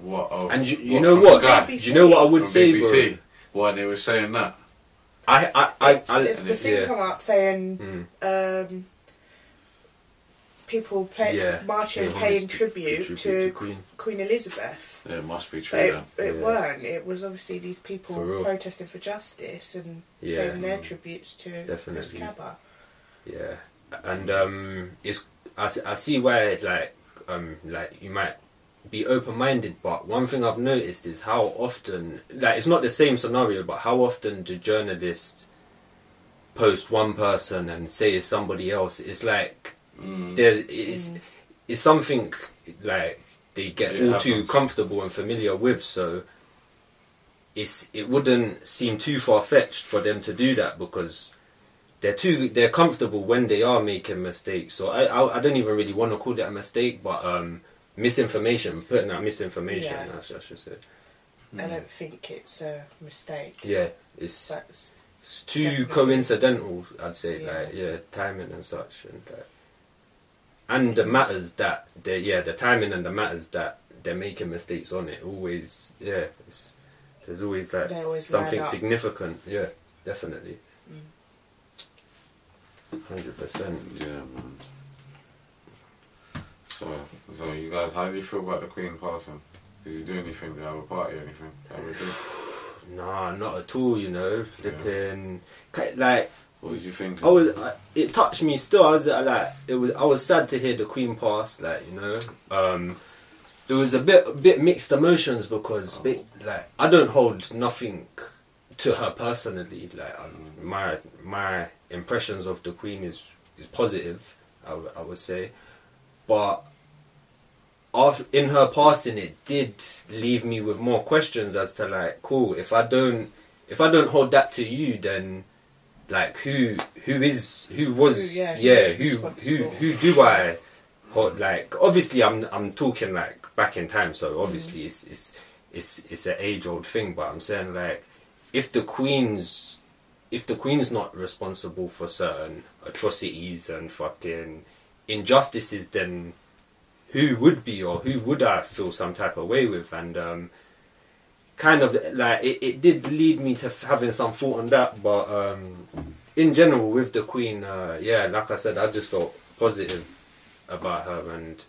Speaker 1: What? Of,
Speaker 2: And you- you
Speaker 1: what,
Speaker 2: know
Speaker 1: from
Speaker 2: what?
Speaker 1: Sky?
Speaker 2: Do you know what I would
Speaker 1: From
Speaker 2: say,
Speaker 1: BBC.
Speaker 2: bro?
Speaker 1: Why they were saying that?
Speaker 2: I I I, I
Speaker 3: If the thing
Speaker 2: yeah.
Speaker 3: come up saying
Speaker 2: Mm.
Speaker 3: um, people play,
Speaker 2: Yeah.
Speaker 3: marching,
Speaker 2: Yeah.
Speaker 3: paying
Speaker 2: Tribute
Speaker 3: tribute,
Speaker 2: to
Speaker 3: to,
Speaker 2: Queen.
Speaker 3: Queen Elizabeth.
Speaker 1: It must be true.
Speaker 3: But
Speaker 1: then.
Speaker 3: it, it
Speaker 2: Yeah.
Speaker 3: weren't. It was obviously these
Speaker 2: For real.
Speaker 3: people protesting for justice and
Speaker 2: Yeah. Mm.
Speaker 3: paying their tributes to Chris
Speaker 2: Definitely.
Speaker 3: Cabba.
Speaker 2: Yeah, and um, it's I, s- I see why like um like you might be open minded, but one thing I've noticed is how often like it's not the same scenario, but how often do journalists post one person and say it's somebody else? It's like
Speaker 1: Mm.
Speaker 2: there's it's it's something like they get
Speaker 1: It
Speaker 2: all too
Speaker 1: happens.
Speaker 2: comfortable and familiar with, so it's it wouldn't seem too far fetched for them to do that because they're too they're comfortable when they are making mistakes. So I I, I don't even really want to call that a mistake, but um, misinformation, putting out misinformation.
Speaker 3: Yeah.
Speaker 2: I, should, I should say.
Speaker 3: I
Speaker 1: Mm.
Speaker 3: don't think it's a mistake.
Speaker 2: Yeah, it's
Speaker 3: That's
Speaker 2: it's too
Speaker 3: Definitely.
Speaker 2: coincidental. I'd say
Speaker 3: Yeah.
Speaker 2: like yeah, timing and such, and like, and the matters that they yeah the timing and the matters that they're making mistakes on it always yeah. It's, there's always like
Speaker 3: They always
Speaker 2: something
Speaker 3: line up.
Speaker 2: significant. Yeah, definitely.
Speaker 3: Mm.
Speaker 2: Hundred percent.
Speaker 1: Yeah, man. So, so you guys, how do you feel about the Queen passing? Did you do anything? Did you have a party or anything? Have a drink?
Speaker 2: Nah, not at all. You know, flipping ki- like
Speaker 1: What did you think?
Speaker 2: I was. I, it touched me still. I was uh, like, it was. I was sad to hear the Queen pass. Like you know, um, it was a bit, a bit mixed emotions because bit, like I don't hold nothing to her personally. Like I, my my impressions of the Queen is is positive. I, w- I would say, but after, in her passing, it did leave me with more questions as to like, cool, if I don't, if I don't hold that to you, then like who who is who was
Speaker 3: Who, yeah,
Speaker 2: yeah,
Speaker 3: who's
Speaker 2: who who
Speaker 3: responsible?
Speaker 2: who do I hold like obviously I'm I'm talking like back in time so
Speaker 3: Mm.
Speaker 2: obviously it's it's it's it's an age old thing but I'm saying like if the queen's if the queen's not responsible for certain atrocities and fucking injustices then who would be or who would I feel some type of way with and um kind of like it, it did lead me to f- having some thought on that but um in general with the queen uh yeah like i said i just felt positive about her and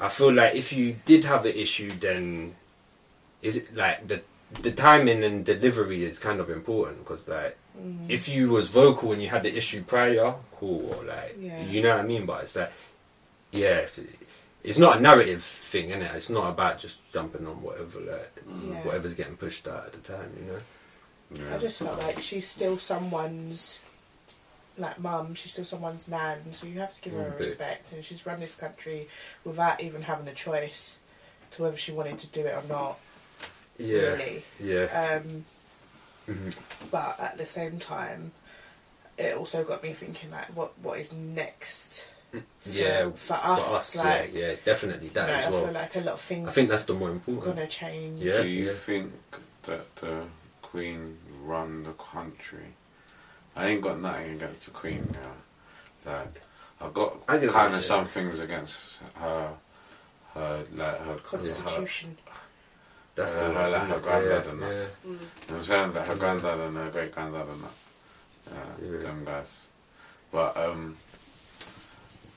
Speaker 2: i feel like if you did have an issue then is it like the the timing and delivery is kind of important because like if you was vocal and you had the issue prior cool or like
Speaker 3: Yeah.
Speaker 2: you know what i mean but it's like yeah it's not a narrative thing in it it's not about just jumping on whatever like
Speaker 3: Yeah.
Speaker 2: whatever's getting pushed out at the time you know
Speaker 1: Mm. yeah.
Speaker 3: I just felt like she's still someone's, like mum. She's still someone's nan. So you have to give her
Speaker 2: Mm,
Speaker 3: a
Speaker 2: bit.
Speaker 3: respect. And she's run this country without even having a choice to whether she wanted to do it or not.
Speaker 2: yeah
Speaker 3: Really.
Speaker 2: yeah
Speaker 3: Um,
Speaker 2: Mhm.
Speaker 3: but at the same time, it also got me thinking like, what what is next? For,
Speaker 2: Yeah,
Speaker 3: for us, like
Speaker 2: yeah, yeah, definitely that
Speaker 3: you know,
Speaker 2: as
Speaker 3: I
Speaker 2: well.
Speaker 3: feel like a lot of things
Speaker 2: I think that's the more
Speaker 3: are
Speaker 2: important.
Speaker 3: gonna change.
Speaker 2: Yeah,
Speaker 1: do you
Speaker 2: yeah.
Speaker 1: think that the Queen run the country? I ain't got nothing against the Queen now. Like, I've got
Speaker 2: I get what
Speaker 1: kind
Speaker 2: you're
Speaker 1: of
Speaker 2: saying.
Speaker 1: some things against her, her like her Her,
Speaker 3: Constitution.
Speaker 2: That's
Speaker 1: Yeah,
Speaker 2: the
Speaker 1: I like
Speaker 2: one,
Speaker 1: her
Speaker 2: yeah,
Speaker 1: granddad and
Speaker 2: yeah,
Speaker 1: that. You know what I'm saying that her granddad and her great granddad and that, yeah,
Speaker 2: Yeah.
Speaker 1: them guys. But um,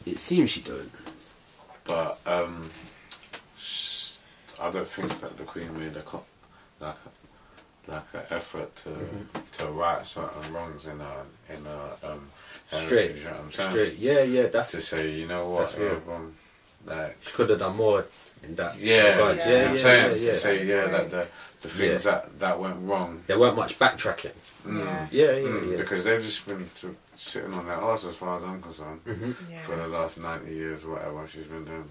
Speaker 2: It seems she don't.
Speaker 1: but um, sh- I don't think that the Queen made a co- like a, like an effort to
Speaker 2: Mm-hmm.
Speaker 1: to right certain wrongs in her in her um
Speaker 2: Straight,
Speaker 1: heritage, You know what I'm saying?
Speaker 2: straight. Yeah, yeah.
Speaker 1: To
Speaker 2: That's
Speaker 1: say, you know
Speaker 2: That's
Speaker 1: what,
Speaker 2: real.
Speaker 1: everyone, like
Speaker 2: she could have done more in that.
Speaker 1: yeah,
Speaker 2: regard.
Speaker 1: you
Speaker 2: yeah,
Speaker 1: know
Speaker 2: yeah,
Speaker 1: what I'm
Speaker 2: yeah,
Speaker 1: saying
Speaker 2: yeah.
Speaker 1: to say yeah that the the things
Speaker 2: Yeah.
Speaker 1: that that went wrong.
Speaker 2: There weren't much backtracking.
Speaker 3: Yeah.
Speaker 2: Yeah, yeah,
Speaker 1: Mm,
Speaker 2: yeah.
Speaker 1: Because they've just been t- sitting on their ass, as far as I'm concerned,
Speaker 2: Mhm.
Speaker 3: Yeah.
Speaker 1: for the last 90 years, whatever she's been doing.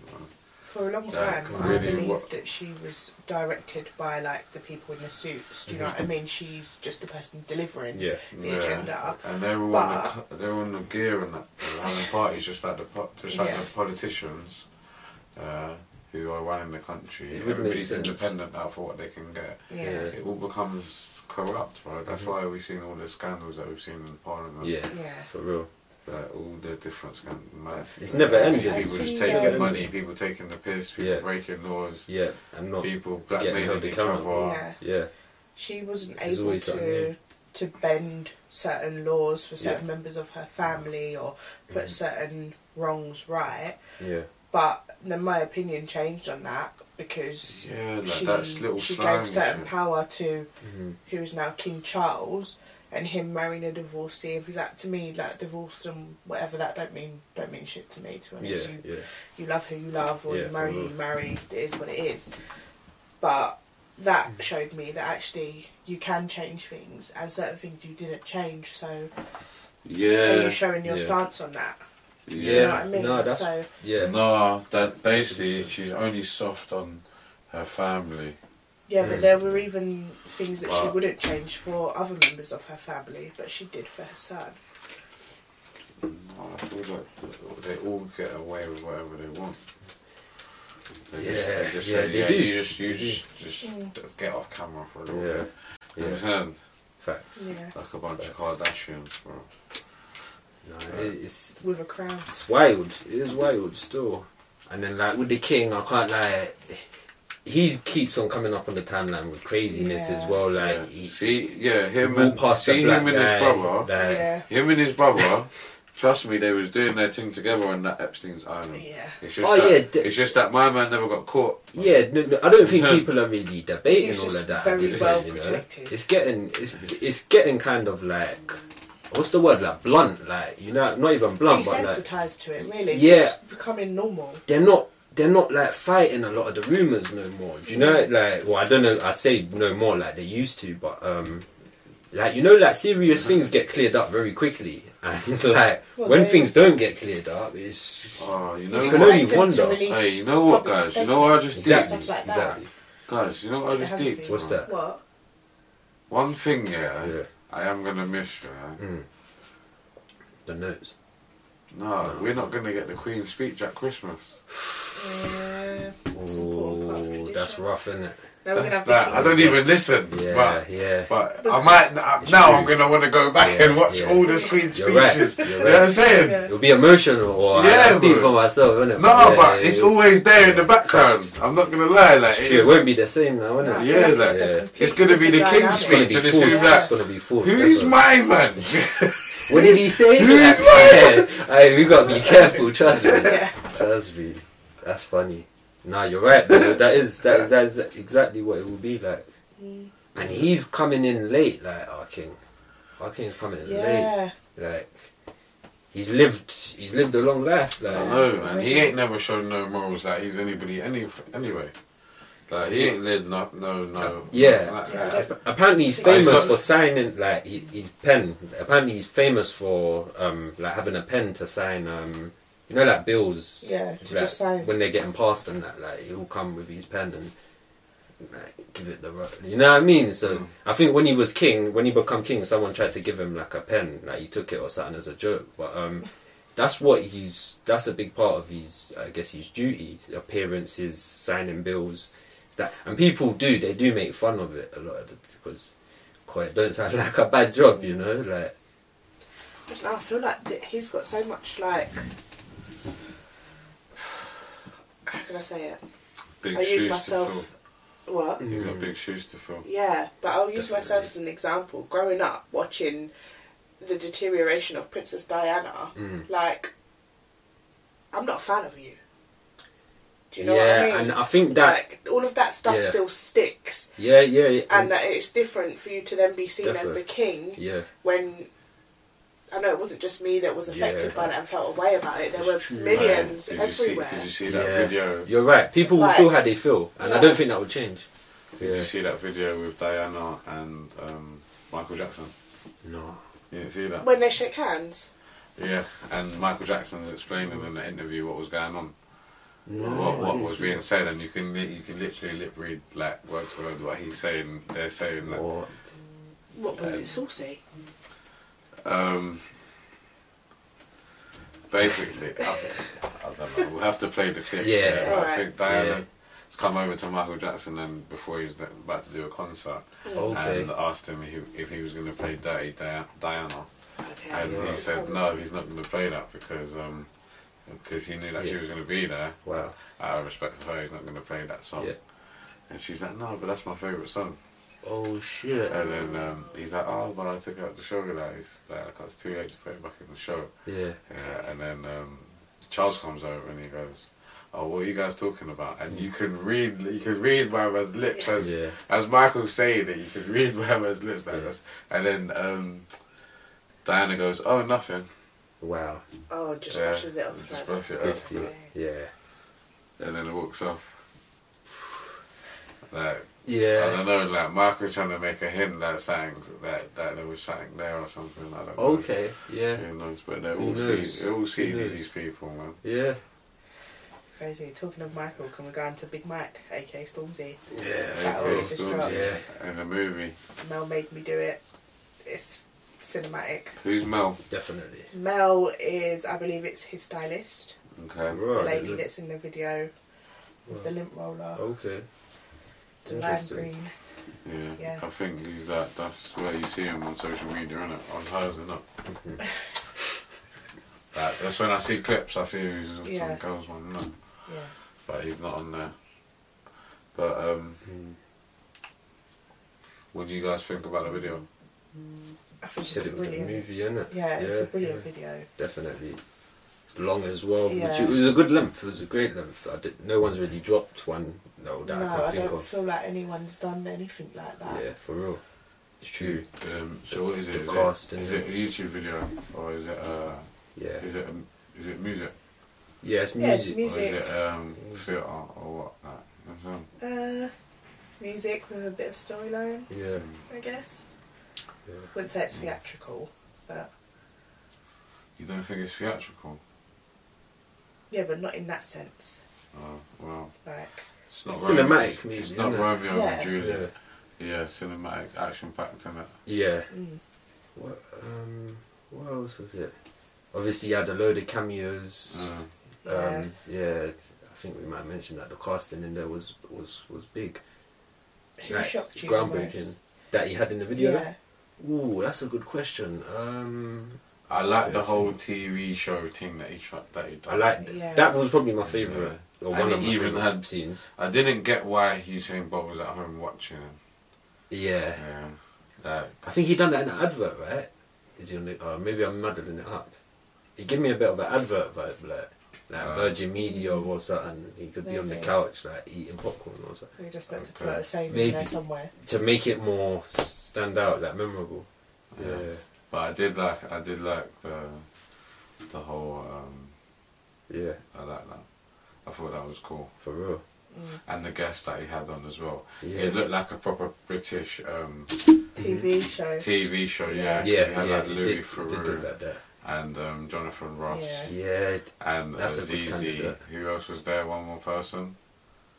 Speaker 3: For a long
Speaker 1: That
Speaker 3: time,
Speaker 1: really
Speaker 3: I believe
Speaker 1: wa-
Speaker 3: that she was directed by like the people in the suits. Do you know what I mean? She's just the person delivering
Speaker 2: Mm-hmm. yeah.
Speaker 3: the agenda.
Speaker 1: And they're all, on the,
Speaker 3: But-
Speaker 1: co- they're all on the gear and that. They're having parties just like the, po- just like
Speaker 3: Yeah.
Speaker 1: the politicians uh, who are running the country.
Speaker 2: It would make
Speaker 1: Everybody's
Speaker 2: sense.
Speaker 1: independent now for what they can get.
Speaker 3: Yeah,
Speaker 1: It all becomes corrupt, right? That's why we've seen all the scandals that we've seen in Parliament.
Speaker 2: Mm-hmm. Yeah,
Speaker 3: yeah.
Speaker 2: for real.
Speaker 1: Like, all the different scandals.
Speaker 2: It's never ended.
Speaker 1: People
Speaker 3: It's
Speaker 1: just
Speaker 3: never
Speaker 1: taking
Speaker 2: ended.
Speaker 1: money, people taking the piss, people
Speaker 2: Yeah.
Speaker 1: breaking laws.
Speaker 2: Yeah, I'm not.
Speaker 1: people
Speaker 2: Getting held
Speaker 1: blackmailing each other.
Speaker 2: accountable.
Speaker 3: Yeah.
Speaker 2: Yeah,
Speaker 3: She wasn't
Speaker 2: There's
Speaker 3: able
Speaker 2: always something
Speaker 3: to
Speaker 2: new.
Speaker 3: to bend certain laws for certain
Speaker 2: Yeah. Mm-hmm.
Speaker 3: members of her family or put certain wrongs right.
Speaker 2: yeah.
Speaker 3: But then my opinion changed on that because
Speaker 1: Yeah, like
Speaker 3: she
Speaker 1: that's little
Speaker 3: she
Speaker 1: slime
Speaker 3: gave certain
Speaker 1: shit.
Speaker 3: power to
Speaker 2: Mhm.
Speaker 3: who is now King Charles and him marrying a divorcee because that to me like divorce and whatever that don't mean don't mean shit to me to be
Speaker 2: Yeah,
Speaker 3: honest. You,
Speaker 2: yeah.
Speaker 3: you love who you love or
Speaker 2: Yeah,
Speaker 3: you
Speaker 2: for
Speaker 3: marry who
Speaker 2: real.
Speaker 3: you marry, it is what it is. But that showed me that actually you can change things and certain things you didn't change, so are
Speaker 1: Yeah.
Speaker 3: you showing your
Speaker 2: yeah.
Speaker 3: stance on that?
Speaker 2: Yeah.
Speaker 3: You know what I mean?
Speaker 2: no, that's-
Speaker 3: so
Speaker 2: Yeah,
Speaker 1: No, that basically she's only soft on her family.
Speaker 3: yeah,
Speaker 2: Mm.
Speaker 3: but there were even things that she
Speaker 1: But-
Speaker 3: wouldn't change for other members of her family, but she did for her son.
Speaker 1: No, I feel like they all get away with whatever they want. They just,
Speaker 2: Yeah,
Speaker 1: they just
Speaker 2: yeah,
Speaker 1: say,
Speaker 2: they
Speaker 1: yeah,
Speaker 2: do.
Speaker 1: You just, you
Speaker 2: They
Speaker 1: just, just get off camera for a little
Speaker 2: Yeah.
Speaker 1: bit. You
Speaker 2: Yeah.
Speaker 1: understand?
Speaker 2: Facts.
Speaker 3: Yeah,
Speaker 1: Like a bunch of Kardashians, bro.
Speaker 2: No, it- it's
Speaker 3: with a crown.
Speaker 2: It's wild. It is wild still. And then like with the king, I can't lie. He keeps on coming up on the timeline with craziness as
Speaker 3: Yeah.
Speaker 2: well. Like
Speaker 1: yeah.
Speaker 2: he
Speaker 1: see, yeah, him
Speaker 2: walked
Speaker 1: and see
Speaker 2: the
Speaker 1: him and his
Speaker 2: guy,
Speaker 1: brother.
Speaker 2: like,
Speaker 3: Yeah,
Speaker 1: Him and his brother. Trust me, they was doing their thing together on that Epstein's island.
Speaker 3: yeah.
Speaker 1: It's just
Speaker 2: Oh,
Speaker 1: that,
Speaker 2: yeah, d-
Speaker 1: it's just that my man never got caught.
Speaker 2: Yeah, no, no, I don't think
Speaker 1: Yeah.
Speaker 2: people are really debating
Speaker 3: He's
Speaker 2: all
Speaker 3: just
Speaker 2: of that.
Speaker 3: very
Speaker 2: at this
Speaker 3: well
Speaker 2: point, you know?
Speaker 3: protected.
Speaker 2: It's getting it's it's getting kind of like what's the word like blunt like you know not even blunt
Speaker 3: He's
Speaker 2: but like
Speaker 3: sensitised to it, really.
Speaker 2: Yeah.
Speaker 3: It's just becoming normal.
Speaker 2: they're not they're not like fighting a lot of the rumors no more. Do you know like well I don't know I say no more like they used to but um like you know like serious things get cleared up very quickly and like
Speaker 3: Mm-hmm. Well,
Speaker 2: when
Speaker 3: they-
Speaker 2: things don't get cleared up it's
Speaker 1: Oh, you know
Speaker 2: You
Speaker 1: what?
Speaker 2: can only
Speaker 3: Expect him to
Speaker 2: wonder.
Speaker 3: release
Speaker 1: Hey, you know what,
Speaker 3: public
Speaker 1: guys? You know what I just
Speaker 3: statements
Speaker 1: did?
Speaker 2: exactly
Speaker 3: and Stuff like that.
Speaker 2: exactly
Speaker 1: Guys, you know what I
Speaker 3: There
Speaker 1: just
Speaker 3: hasn't
Speaker 1: did?
Speaker 3: been.
Speaker 2: what's
Speaker 1: man?
Speaker 2: that
Speaker 3: What?
Speaker 1: One thing, yeah,
Speaker 2: yeah
Speaker 1: I am gonna miss, yeah.
Speaker 2: mm. the notes.
Speaker 1: No, we're not gonna get the Queen's speech at Christmas.
Speaker 3: Yeah. It's an important part of
Speaker 2: Oh,
Speaker 3: tradition.
Speaker 2: that's rough, isn't it?
Speaker 3: Now we're gonna have to
Speaker 1: That's that.
Speaker 3: keep
Speaker 1: I don't
Speaker 3: this-
Speaker 1: even listen.
Speaker 2: Yeah,
Speaker 1: But,
Speaker 2: yeah.
Speaker 1: but I
Speaker 3: Because-
Speaker 1: might now
Speaker 2: It's
Speaker 1: I'm
Speaker 2: true.
Speaker 1: gonna want to go back
Speaker 2: Yeah,
Speaker 1: and watch
Speaker 2: yeah.
Speaker 1: all the Queen's
Speaker 2: You're right,
Speaker 1: speeches.
Speaker 2: you're
Speaker 1: You know what I'm
Speaker 2: right.
Speaker 1: saying?
Speaker 3: Yeah.
Speaker 2: It'll be emotional, or
Speaker 1: Yeah,
Speaker 2: I speak
Speaker 1: bro.
Speaker 2: for myself, innit?
Speaker 1: No,
Speaker 2: Yeah,
Speaker 1: but
Speaker 2: yeah,
Speaker 1: it's
Speaker 2: yeah.
Speaker 1: always there in the background. I'm not gonna lie, like
Speaker 2: Shit,
Speaker 1: it
Speaker 2: It
Speaker 1: is-
Speaker 2: won't be the same now,
Speaker 3: No, I
Speaker 2: innit?
Speaker 3: feel
Speaker 1: Yeah,
Speaker 3: like
Speaker 1: like-
Speaker 3: it's a
Speaker 2: Yeah.
Speaker 3: completely
Speaker 1: It's gonna be the
Speaker 3: different
Speaker 1: king's
Speaker 2: It's gonna
Speaker 3: dynamic.
Speaker 1: speech.
Speaker 2: be
Speaker 1: and it's gonna be
Speaker 2: forced.
Speaker 1: like,
Speaker 2: It's gonna be forced.
Speaker 1: who's
Speaker 2: that's all.
Speaker 1: my man?
Speaker 2: What did he say?
Speaker 1: Who's
Speaker 2: Hey, we gotta be careful. Trust me.
Speaker 3: Yeah.
Speaker 2: Trust me. That's funny. Nah, you're right. Though. That is that is that is exactly what it will be like.
Speaker 3: Mm.
Speaker 2: And he's coming in late, like our king. Our king's coming in late.
Speaker 3: Yeah.
Speaker 2: Like he's lived. He's lived a long life. Like
Speaker 1: I know, man. He ain't never shown no morals like he's anybody any anyway. Like he ain't led no no no.
Speaker 2: Uh, Yeah.
Speaker 1: like
Speaker 3: Yeah, I
Speaker 1: that.
Speaker 3: don't-
Speaker 2: Apparently he's
Speaker 3: Oh, he's
Speaker 2: famous
Speaker 1: got-
Speaker 2: for signing like he, his pen. Apparently he's famous for um like having a pen to sign um you know like bills
Speaker 3: Yeah. To
Speaker 2: like,
Speaker 3: just say.
Speaker 2: when they're getting past and that like he'll come with his pen and like give it the ru- you know what I mean. So
Speaker 1: Mm.
Speaker 2: I think when he was king, when he become king, someone tried to give him like a pen, like he took it or something as a joke. But um that's what he's that's a big part of his I guess his duty appearances signing bills that and people do they do make fun of it a lot of the, because quite don't sound like a bad job you know like
Speaker 3: Just now I feel like that he's got so much like. How can I say it?
Speaker 1: Big
Speaker 3: I
Speaker 1: shoes
Speaker 3: use
Speaker 1: to
Speaker 3: myself. What?
Speaker 1: fill. He's
Speaker 2: Mm.
Speaker 1: got big shoes to fill.
Speaker 3: Yeah, but I'll use
Speaker 2: Definitely.
Speaker 3: myself as an example. Growing up, watching the deterioration of Princess Diana,
Speaker 2: Mm.
Speaker 3: like, I'm not a fan of you. Do you know what
Speaker 2: yeah
Speaker 3: I mean?
Speaker 1: uh,
Speaker 2: and I think that
Speaker 3: like, all of that stuff
Speaker 2: Yeah.
Speaker 3: still sticks,
Speaker 2: yeah yeah yeah
Speaker 3: and
Speaker 1: Mm.
Speaker 3: that it's different for you to then be seen as
Speaker 2: Definitely.
Speaker 3: the king
Speaker 2: yeah
Speaker 3: when. I know it wasn't just me that was affected
Speaker 2: Yeah.
Speaker 3: by that and felt a way about it. There were
Speaker 2: It's true,
Speaker 3: millions
Speaker 1: Did you see?
Speaker 3: everywhere.
Speaker 1: Did you see that
Speaker 2: Yeah.
Speaker 1: video?
Speaker 2: you're right people will
Speaker 3: Like-
Speaker 2: feel how they feel and I
Speaker 3: Yeah.
Speaker 2: don't think that will change
Speaker 1: Did
Speaker 2: Yeah.
Speaker 1: you see that video with Diana and um, Michael Jackson?
Speaker 2: no
Speaker 1: You didn't see that?
Speaker 3: When they shake hands,
Speaker 1: Yeah. And Michael Jackson's explaining in the interview what was going on,
Speaker 2: no
Speaker 1: what, what was being said, and you can li- you can literally lip read like word to word what he's saying. They're saying that.
Speaker 2: What?
Speaker 3: what was it, saucy?
Speaker 1: Um, basically, I, I don't know. We'll have to play the clip.
Speaker 2: Yeah.
Speaker 1: but I
Speaker 3: Alright.
Speaker 1: think Diana's
Speaker 2: Yeah.
Speaker 1: come over to Michael Jackson and before he's about to do a concert
Speaker 2: okay
Speaker 1: and uh, asked him if he, if he was going to play Dirty Dia- Diana,
Speaker 3: Okay. Oh,
Speaker 1: and he
Speaker 2: right.
Speaker 1: said no, he's not going to play that because um because he knew that she
Speaker 2: Yeah.
Speaker 1: was going to be there.
Speaker 2: wow
Speaker 1: Out of respect for her, he's not going to play that song.
Speaker 2: Yeah.
Speaker 1: And she's like, no, but that's my favourite song.
Speaker 2: oh shit
Speaker 1: And then um, he's like, oh, but I took it out the show, guys. Like, it's too late to put it back in the show.
Speaker 2: yeah
Speaker 1: Yeah, and then um, Charles comes over and he goes, "Oh, what are you guys talking about?" And you can read, you can read my man's lips as
Speaker 2: Yeah.
Speaker 1: as Michael's saying it. You can read my man's lips like
Speaker 2: Yeah.
Speaker 1: this. And then um, Diana goes, "Oh, nothing."
Speaker 2: wow
Speaker 3: Oh, just
Speaker 1: Yeah,
Speaker 3: brushes it off.
Speaker 1: just
Speaker 3: like
Speaker 1: brush
Speaker 3: that.
Speaker 1: it
Speaker 2: Good
Speaker 1: off.
Speaker 2: yeah yeah
Speaker 1: And then it walks off. Like I
Speaker 2: yeah
Speaker 1: don't know, like Michael trying to make a hint that sang that that there was something there or something. I don't know.
Speaker 2: okay yeah
Speaker 1: Who knows? But they're
Speaker 2: Who
Speaker 1: all
Speaker 2: knows?
Speaker 1: see, they're all see
Speaker 2: knows?
Speaker 1: these people, man.
Speaker 2: yeah
Speaker 3: Crazy. Talking of Michael, can we go on to Big Mike, aka Stormzy?
Speaker 2: yeah
Speaker 1: They
Speaker 3: That always
Speaker 1: feel
Speaker 3: just
Speaker 1: storms
Speaker 3: dropped.
Speaker 2: yeah
Speaker 1: in the movie.
Speaker 3: Mel made me do it. It's cinematic.
Speaker 1: Who's Mel?
Speaker 2: Definitely.
Speaker 3: Mel is, I believe, it's his stylist,
Speaker 1: Okay.
Speaker 3: the
Speaker 2: Right,
Speaker 3: lady
Speaker 2: look-
Speaker 3: that's in the video with the
Speaker 2: right.
Speaker 3: lint roller,
Speaker 2: Okay.
Speaker 3: the lime
Speaker 2: Oh. Interesting.
Speaker 3: green.
Speaker 1: Yeah.
Speaker 3: Yeah.
Speaker 1: I think he's that. That's where you see him on social media, isn't it? On hers, isn't it?
Speaker 2: Mm-hmm.
Speaker 1: That, that's when I see clips. I see who's on
Speaker 3: Yeah.
Speaker 1: some girls one, isn't it?
Speaker 3: Yeah.
Speaker 1: but he's not on there. But um,
Speaker 2: Mm.
Speaker 1: what do you guys think about the video?
Speaker 3: I think it's
Speaker 2: Said
Speaker 3: a
Speaker 2: it was a
Speaker 3: brilliant.
Speaker 2: movie, innit?
Speaker 3: Yeah, it's a brilliant
Speaker 2: yeah.
Speaker 3: video.
Speaker 2: definitely long as well. Which
Speaker 3: Yeah.
Speaker 2: it was a good length. It was a great length. I did, no one's really dropped one no, that I
Speaker 3: no,
Speaker 2: can
Speaker 3: I,
Speaker 2: think
Speaker 3: don't
Speaker 2: of.
Speaker 3: feel like anyone's done anything like that.
Speaker 2: yeah, for real. It's true.
Speaker 1: Um, so what is it?
Speaker 2: The
Speaker 1: Is,
Speaker 2: cast
Speaker 1: it,
Speaker 2: and
Speaker 1: is it a YouTube video or is it uh,
Speaker 2: Yeah,
Speaker 1: is it um, is it music,
Speaker 2: yeah. It's
Speaker 3: Yeah, it's
Speaker 2: music.
Speaker 1: or is
Speaker 3: Music.
Speaker 1: it um,
Speaker 2: Mm.
Speaker 1: theatre or what? Like, you know what I'm
Speaker 3: Uh, music with a bit of storyline,
Speaker 2: Yeah,
Speaker 1: saying?
Speaker 3: I guess.
Speaker 2: yeah.
Speaker 3: Wouldn't say it's theatrical, but
Speaker 1: You don't think it's theatrical?
Speaker 3: yeah, but not in that sense.
Speaker 1: Oh, well,
Speaker 3: Like,
Speaker 1: it's not
Speaker 2: Cinematic
Speaker 1: Romeo- It's
Speaker 2: music,
Speaker 1: not
Speaker 2: innit?
Speaker 1: Romeo
Speaker 3: Yeah.
Speaker 1: and
Speaker 2: yeah.
Speaker 1: Juliet. Yeah. cinematic, action packed, isn't it?
Speaker 2: yeah.
Speaker 3: mm,
Speaker 2: What? Um, what else was it? Obviously, you had a load of cameos.
Speaker 1: Uh,
Speaker 3: yeah.
Speaker 2: um, yeah. I think we might mention that the casting in there was was was big,
Speaker 3: Who
Speaker 2: like,
Speaker 3: shocked you
Speaker 2: groundbreaking.
Speaker 3: the most?
Speaker 2: That he had in the video.
Speaker 3: Yeah.
Speaker 2: Ooh, that's a good question. Um,
Speaker 1: I like the whole TV show thing that he tried, that he done.
Speaker 2: I like
Speaker 3: Yeah.
Speaker 2: that was probably my favorite or
Speaker 1: And
Speaker 2: one
Speaker 1: it
Speaker 2: of my
Speaker 1: even
Speaker 2: favorite
Speaker 1: had-
Speaker 2: scenes.
Speaker 1: I didn't get why Usain Bolt was at home watching him.
Speaker 2: Yeah,
Speaker 1: Yeah. Like,
Speaker 2: I think he done that in an advert, right? Is he on the? Oh, maybe I'm muddling it up. He gave me a bit of an advert vibe, like like
Speaker 1: Uh.
Speaker 2: Virgin Media or something. He could be on the
Speaker 3: Maybe.
Speaker 2: couch, like eating popcorn or something,
Speaker 3: We just got to
Speaker 1: Okay.
Speaker 3: put a saying in
Speaker 2: Maybe.
Speaker 3: there somewhere.
Speaker 2: to make it more stand out, like memorable. Yeah,
Speaker 1: Yeah. But I did like I did like the the whole um
Speaker 2: yeah,
Speaker 1: I like that. I thought that was cool.
Speaker 2: for real. Mm-hmm.
Speaker 3: Mm.
Speaker 1: And the guest that he had on as well.
Speaker 2: Yeah,
Speaker 1: It looked like a proper British um
Speaker 3: TV show.
Speaker 1: TV show,
Speaker 3: Yeah.
Speaker 1: yeah. 'cause
Speaker 2: yeah,
Speaker 1: he had
Speaker 2: yeah.
Speaker 1: like
Speaker 2: he
Speaker 1: Louis
Speaker 2: did, he did do
Speaker 1: Theroux
Speaker 2: like that.
Speaker 1: and um, Jonathan Ross
Speaker 3: Yeah.
Speaker 2: Yeah,
Speaker 1: and
Speaker 2: That's a
Speaker 1: Azizi.
Speaker 2: good candidate.
Speaker 1: Who else was there? One more person.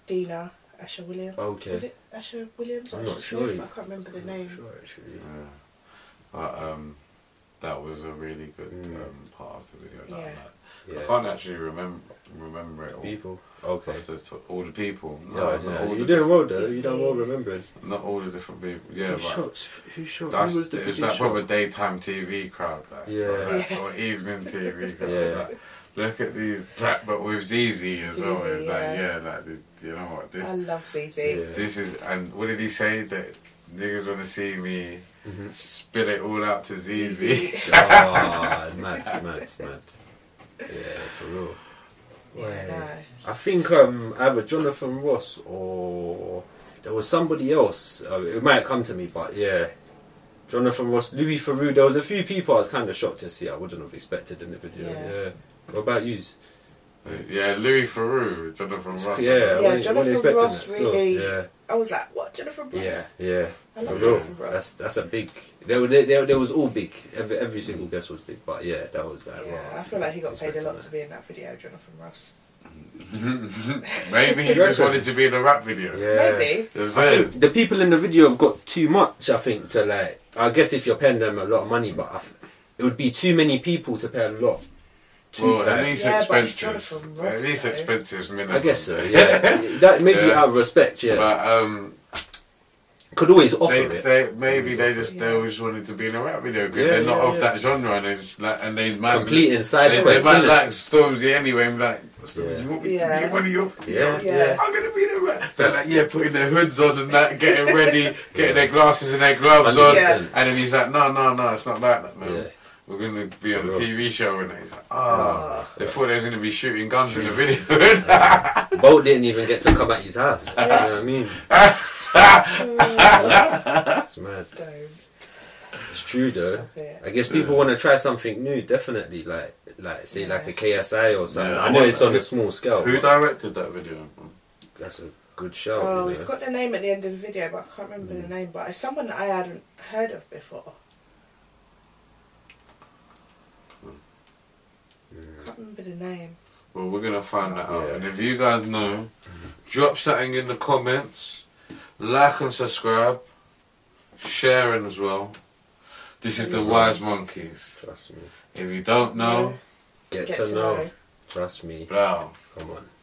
Speaker 3: Dina, Asher Williams.
Speaker 2: okay.
Speaker 3: Is it Asher Williams?
Speaker 2: I'm
Speaker 3: Asher
Speaker 2: not sure.
Speaker 3: Smith? I can't remember the
Speaker 2: I'm not
Speaker 3: name.
Speaker 2: sure, actually.
Speaker 1: Yeah. But um, that was a really good
Speaker 2: Mm.
Speaker 1: um, part of the video. That I
Speaker 3: Yeah.
Speaker 1: liked. I
Speaker 2: Yeah.
Speaker 1: can't actually remember remember it all.
Speaker 2: People. Okay.
Speaker 1: Off the top- all the people.
Speaker 2: No,
Speaker 1: not all
Speaker 2: no,
Speaker 1: the
Speaker 2: you're doing well though.
Speaker 3: different-
Speaker 2: You're doing well remembering.
Speaker 1: Not all the different people. Yeah,
Speaker 2: who
Speaker 1: but
Speaker 2: shot? Who shot?
Speaker 1: that's
Speaker 2: who was the
Speaker 1: it was
Speaker 2: who
Speaker 1: that
Speaker 2: shot?
Speaker 1: proper daytime TV crowd, like,
Speaker 2: Yeah.
Speaker 1: or, that-
Speaker 3: Yeah.
Speaker 1: or evening TV crowd.
Speaker 2: Yeah.
Speaker 1: like, look at these, like, but with ZZ as well.
Speaker 3: ZZ,
Speaker 1: It's like,
Speaker 3: yeah.
Speaker 1: yeah, like this, you know what this
Speaker 3: I love ZZ.
Speaker 2: Yeah.
Speaker 1: this is, and what did he say that niggas want to see me
Speaker 2: Mhm.
Speaker 1: spill it all out to ZZ?
Speaker 2: Ah, mad, mad, mad. Yeah, for real.
Speaker 3: Yeah,
Speaker 2: I think um, either Jonathan Ross or there was somebody else. Uh, it might come to me, but yeah, Jonathan Ross, Louis Theroux. There was a few people I was kind of shocked to see. I wouldn't have expected in the video.
Speaker 3: Yeah.
Speaker 2: Yeah. What about yous?
Speaker 1: yeah, Louis Theroux, Jonathan Ross.
Speaker 2: yeah, I wasn't-
Speaker 3: Jonathan
Speaker 2: wasn't expecting
Speaker 3: Ross
Speaker 2: that still.
Speaker 3: really-
Speaker 2: Yeah.
Speaker 3: no. I was like, what, Jennifer Bruce?
Speaker 2: Yeah, yeah.
Speaker 3: I love
Speaker 2: For real.
Speaker 3: Jonathan Ross.
Speaker 2: That's that's a big. They were they, they, they was all big. Every every single guest was big, but yeah, that was that.
Speaker 3: Yeah,
Speaker 2: raw.
Speaker 3: I feel like he got paid a
Speaker 2: Expecting
Speaker 3: lot
Speaker 2: that.
Speaker 3: to be in that video, Jonathan Ross.
Speaker 1: Maybe he
Speaker 2: You
Speaker 1: just
Speaker 2: reckon?
Speaker 1: wanted to be in a rap video.
Speaker 2: Yeah.
Speaker 3: Maybe.
Speaker 1: You know what I'm
Speaker 2: I
Speaker 1: saying?
Speaker 2: think the people in the video have got too much. I think to like. I guess if you're paying them a lot of money, but I f it would be too many people to pay a lot. Too,
Speaker 1: Well,
Speaker 2: like,
Speaker 1: at least
Speaker 3: Yeah, but it's
Speaker 1: expenses.
Speaker 3: Jonathan
Speaker 1: At
Speaker 3: Ross,
Speaker 1: least
Speaker 3: though.
Speaker 1: expenses minimum.
Speaker 2: I guess so. Yeah, that maybe
Speaker 1: Yeah.
Speaker 2: out of respect. Yeah,
Speaker 1: But um,
Speaker 2: could always offer
Speaker 1: they,
Speaker 2: it.
Speaker 1: they maybe they just
Speaker 3: Yeah.
Speaker 1: they always wanted to be in a rap video because
Speaker 2: Yeah,
Speaker 1: they're not
Speaker 2: yeah,
Speaker 1: of
Speaker 2: yeah.
Speaker 1: that genre and they just like and they might
Speaker 2: Complete inside
Speaker 1: they, they
Speaker 2: quest,
Speaker 1: might
Speaker 2: innit?
Speaker 1: like Stormzy anyway. I'm like, so
Speaker 2: Yeah.
Speaker 1: you want me
Speaker 3: Yeah.
Speaker 1: to be one of your?
Speaker 2: Yeah,
Speaker 3: Yeah.
Speaker 2: yeah.
Speaker 1: I'm gonna be in a rap. They're like, yeah, putting their hoods on and that, getting ready, getting their glasses and their gloves on,
Speaker 2: 100%.
Speaker 1: and then he's like, no, no, no, it's not like that, man.
Speaker 2: Yeah.
Speaker 1: We're gonna be on a
Speaker 2: Yeah.
Speaker 1: TV show, and he's like, ah,
Speaker 3: Ah.
Speaker 1: they thought they was gonna be shooting guns in the video.
Speaker 2: Bolt didn't even get to come at his house. you know what I mean? It's mad.
Speaker 3: Don't.
Speaker 2: It's true though.
Speaker 3: Stop it.
Speaker 2: I guess people want to try something new, definitely. Like, like say, like a KSI or something.
Speaker 1: Yeah,
Speaker 2: I
Speaker 1: I
Speaker 2: know
Speaker 1: want
Speaker 2: it's
Speaker 1: that.
Speaker 2: on a small scale.
Speaker 1: Who
Speaker 2: but
Speaker 1: directed that video?
Speaker 2: That's a good show.
Speaker 3: Oh,
Speaker 2: you
Speaker 3: it's
Speaker 2: know.
Speaker 3: got the name at the end of the video, but I can't remember the name. But it's someone that I hadn't heard of before. Can't remember the name.
Speaker 1: Well, we're gonna find that out.
Speaker 2: Yeah.
Speaker 1: And if you guys know, drop something in the comments, like and subscribe, sharing as well. This is the wise monkeys.
Speaker 2: Trust me.
Speaker 1: If you don't know,
Speaker 2: Get,
Speaker 3: Get
Speaker 2: to,
Speaker 3: to
Speaker 2: know.
Speaker 3: know.
Speaker 2: Trust me.
Speaker 1: blow.
Speaker 2: Come on.